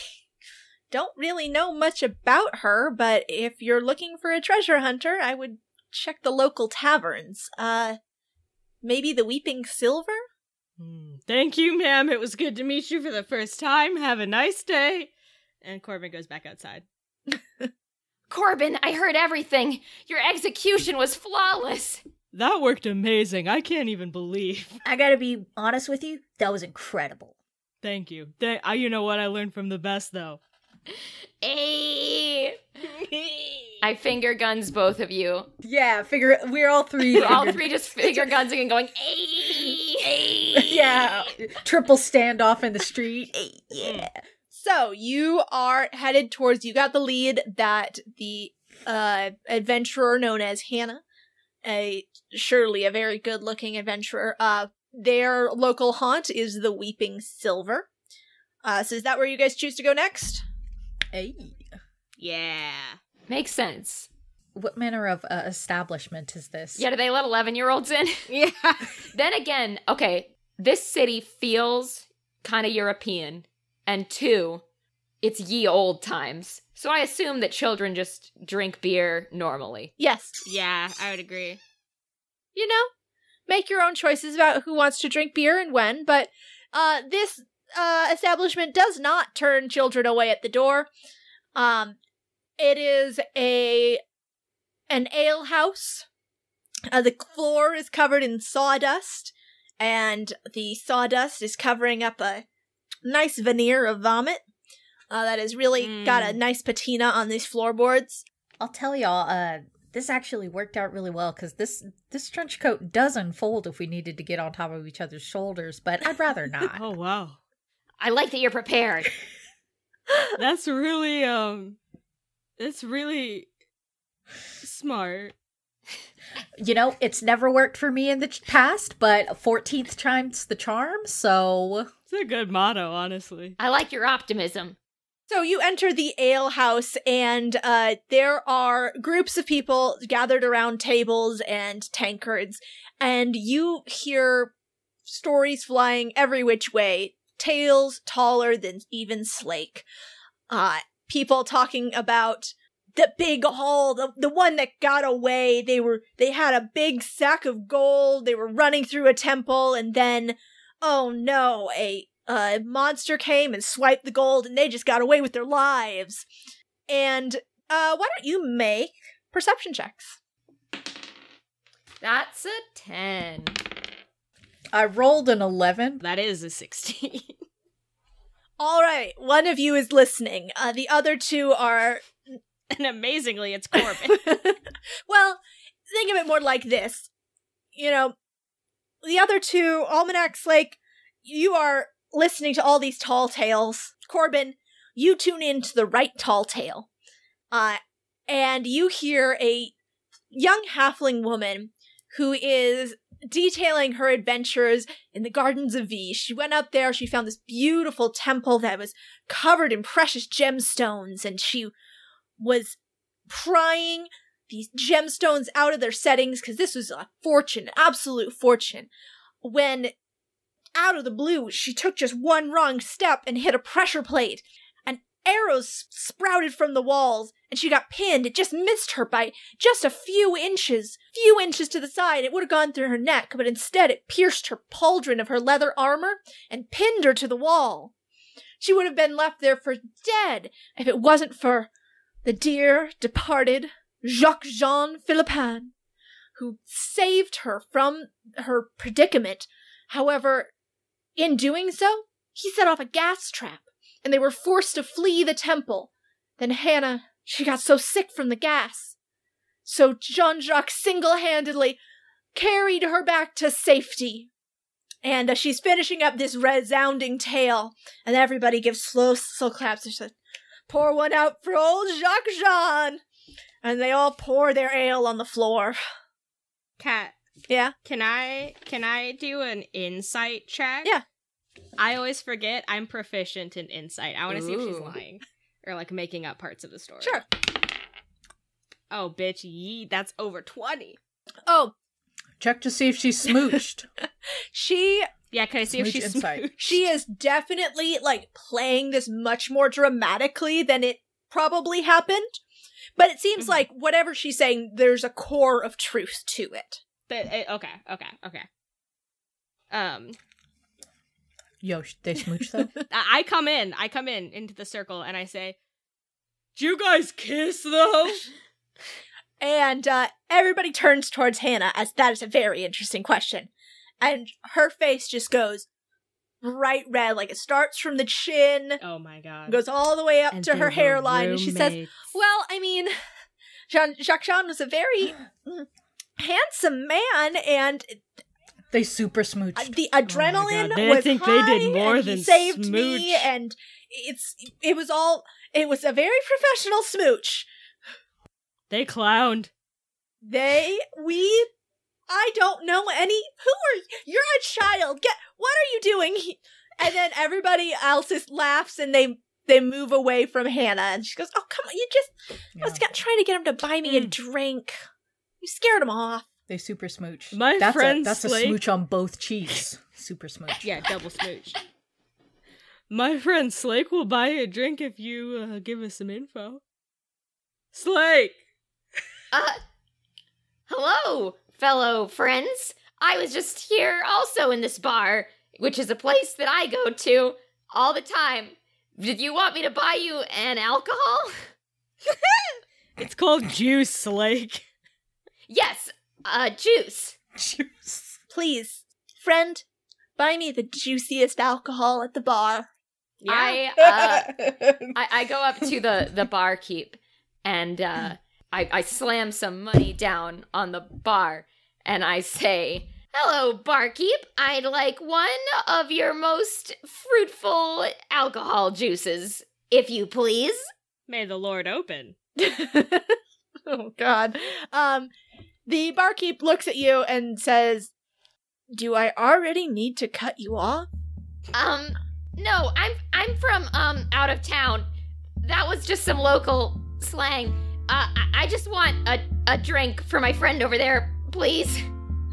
S1: don't really know much about her, but if you're looking for a treasure hunter, I would check the local taverns. Uh, maybe the Weeping Silver?
S5: Hmm, Thank you, ma'am. It was good to meet you for the first time. Have a nice day. And Corbin goes back outside.
S4: Corbin, I heard everything. Your execution was flawless.
S5: That worked amazing. I can't even believe. [laughs]
S6: I gotta be honest with you, that was incredible.
S5: Thank you. Th- I, you know what I learned from the best though.
S4: Ayy. I finger guns both of you.
S2: yeah, figure we're all three.
S4: We're all three just finger gunsing and going, ayy.
S2: yeah, triple standoff in the street.
S6: Yeah.
S1: So you are headed towards. You got the lead that the uh, adventurer known as Hannah, a surely a very good-looking adventurer, uh, their local haunt is the Weeping Silver. Uh, so is that where you guys choose to go next?
S2: Hey.
S3: Yeah.
S4: Makes sense.
S2: What manner of uh, establishment is this?
S4: Yeah, do they let 11 year olds in? [laughs]
S3: Yeah.
S4: then again, okay, this city feels kind of European. And two, it's ye old times. So I assume that children just drink beer normally.
S1: Yes.
S3: Yeah, I would agree.
S1: you know, make your own choices about who wants to drink beer and when, but uh, this uh, establishment does not turn children away at the door. Um, it is a an ale house. Uh, the floor is covered in sawdust, and the sawdust is covering up a nice veneer of vomit uh, that has really
S3: Mm.
S1: got a nice patina on these floorboards.
S2: I'll tell y'all, uh, this actually worked out really well because this this trench coat does unfold if we needed to get on top of each other's shoulders, but I'd rather not.
S5: Oh wow,
S4: I like that you're prepared.
S5: that's really um, that's really smart.
S2: You know, it's never worked for me in the ch- past, but fourteenth time's the charm. So
S5: It's a good motto, honestly.
S4: I like your optimism.
S1: So you enter the ale house, and uh, there are groups of people gathered around tables and tankards, and you hear stories flying every which way, tales taller than even Slake. Uh, people talking about the big haul, the, the one that got away. They were they had a big sack of gold. They were running through a temple, and then, oh no, a a monster came and swiped the gold and they just got away with their lives. And uh, why don't you make perception checks?
S4: That's a 10.
S2: I rolled an eleven.
S3: That is a 16.
S1: All right, one of you is listening. Uh, the other two are,
S3: and amazingly, it's Corbin.
S1: [laughs] well, think of it more like this. You know, the other two, Almanac's like, you are listening to all these tall tales. Corbin, you tune in to the right tall tale. Uh, and you hear a young halfling woman who is detailing her adventures in the gardens of V. She went up there, she found this beautiful temple that was covered in precious gemstones, and she was prying these gemstones out of their settings because this was a fortune, an absolute fortune. When out of the blue, she took just one wrong step and hit a pressure plate. and Arrows s- sprouted from the walls, and she got pinned. It just missed her by just a few inches, few inches to the side. It would have gone through her neck, but instead it pierced her pauldron of her leather armor and pinned her to the wall. She would have been left there for dead if it wasn't for the dear departed Jacques Jean Philippin, who saved her from her predicament. However, in doing so, he set off a gas trap, and they were forced to flee the temple. Then Hannah, she got so sick from the gas. So Jean Jacques single handedly carried her back to safety. And uh, she's finishing up this resounding tale, and everybody gives slow, slow claps and says, Pour one out for old Jacques Jean! and they all pour their ale on the floor.
S3: Cat,
S1: Yeah.
S3: Can I can I do an insight check?
S1: Yeah.
S3: I always forget I'm proficient in insight. I want to see if she's
S4: Ooh.
S3: lying or like making up parts of the story.
S1: Sure.
S3: Oh bitch, yee, that's over 20.
S1: Oh,
S2: Check to see if she smooched.
S1: she
S3: Yeah, can I see if
S2: Smooch
S3: she's [laughs]
S2: insight.
S1: she is definitely like playing this much more dramatically than it probably happened. But it seems
S3: Mhm.
S1: like whatever she's saying, there's a core of truth to it.
S3: But, eh, okay, okay, okay. Um
S2: Yo, sh- they smooch though.
S3: I I come in. I come in into the circle and I say, "Do you guys kiss
S1: [laughs]
S3: though?"
S1: And uh, everybody turns towards Hannah as that is a very interesting question. And her face just goes bright red, like it starts from the chin,
S3: oh my god.
S1: goes all the way up
S3: And
S1: to
S3: they
S1: her
S3: were
S1: hairline, and she says,
S3: roommates.
S1: Well, I mean,
S5: [gasps]
S1: Jean Jacques Jean was a very handsome man, and
S2: They super smooched.
S1: I- the adrenaline
S5: oh God, they- I
S1: was
S5: think they
S1: high,
S5: did more
S1: and he
S5: than
S1: saved me
S5: smooch.
S1: and it's it was all it was a very professional smooch
S5: They clowned.
S1: they we i don't know any who are you're a child get what are you doing he- and then everybody else is laughs and they they move away from hannah and she goes oh come on you just i was
S2: Yeah.
S1: gonna- trying to get him to buy me a drink you scared him off
S2: They super smooch.
S5: My
S2: that's a,
S5: friend
S2: that's a
S5: Slade-
S2: smooch on both cheeks. Super
S5: [laughs]
S2: smooch.
S3: Yeah, double smooch.
S5: My friend Slake will buy you a drink if you uh, give us some info. Slake!
S4: Uh, hello, fellow friends. I was just here also in this bar, which is a place that I go to all the time. Did you want me to buy you an alcohol? [laughs]
S5: It's called juice, Slake. [laughs]
S4: Yes, uh, juice.
S2: Juice. [laughs]
S1: please friend buy me the juiciest alcohol at the bar
S4: I, uh, I, I go up to the the barkeep and uh, I, I slam some money down on the bar and I say, "Hello, barkeep. I'd like one of your most fruitful alcohol juices, if you please."
S5: May the Lord open.
S1: [laughs] oh god um the barkeep looks at you and says do i already need to cut you off
S4: Um, no, I'm I'm from um out of town. That was just some local slang. Uh, I, I just want a a drink for my friend over there, please.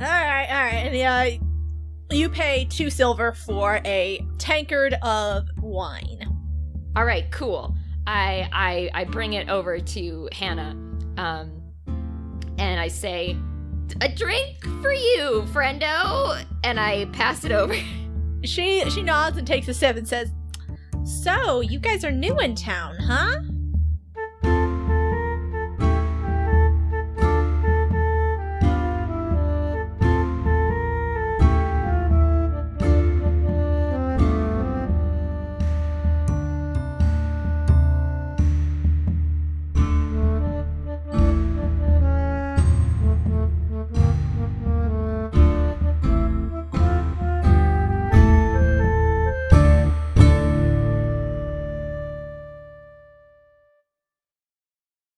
S1: all right all right and uh, you pay two silver for a tankard of wine
S4: All right, cool. I I I bring it over to Hannah, um, and I say, "A drink for you, friendo," and I pass it over.
S1: she she nods and takes a sip and says so you guys are new in town huh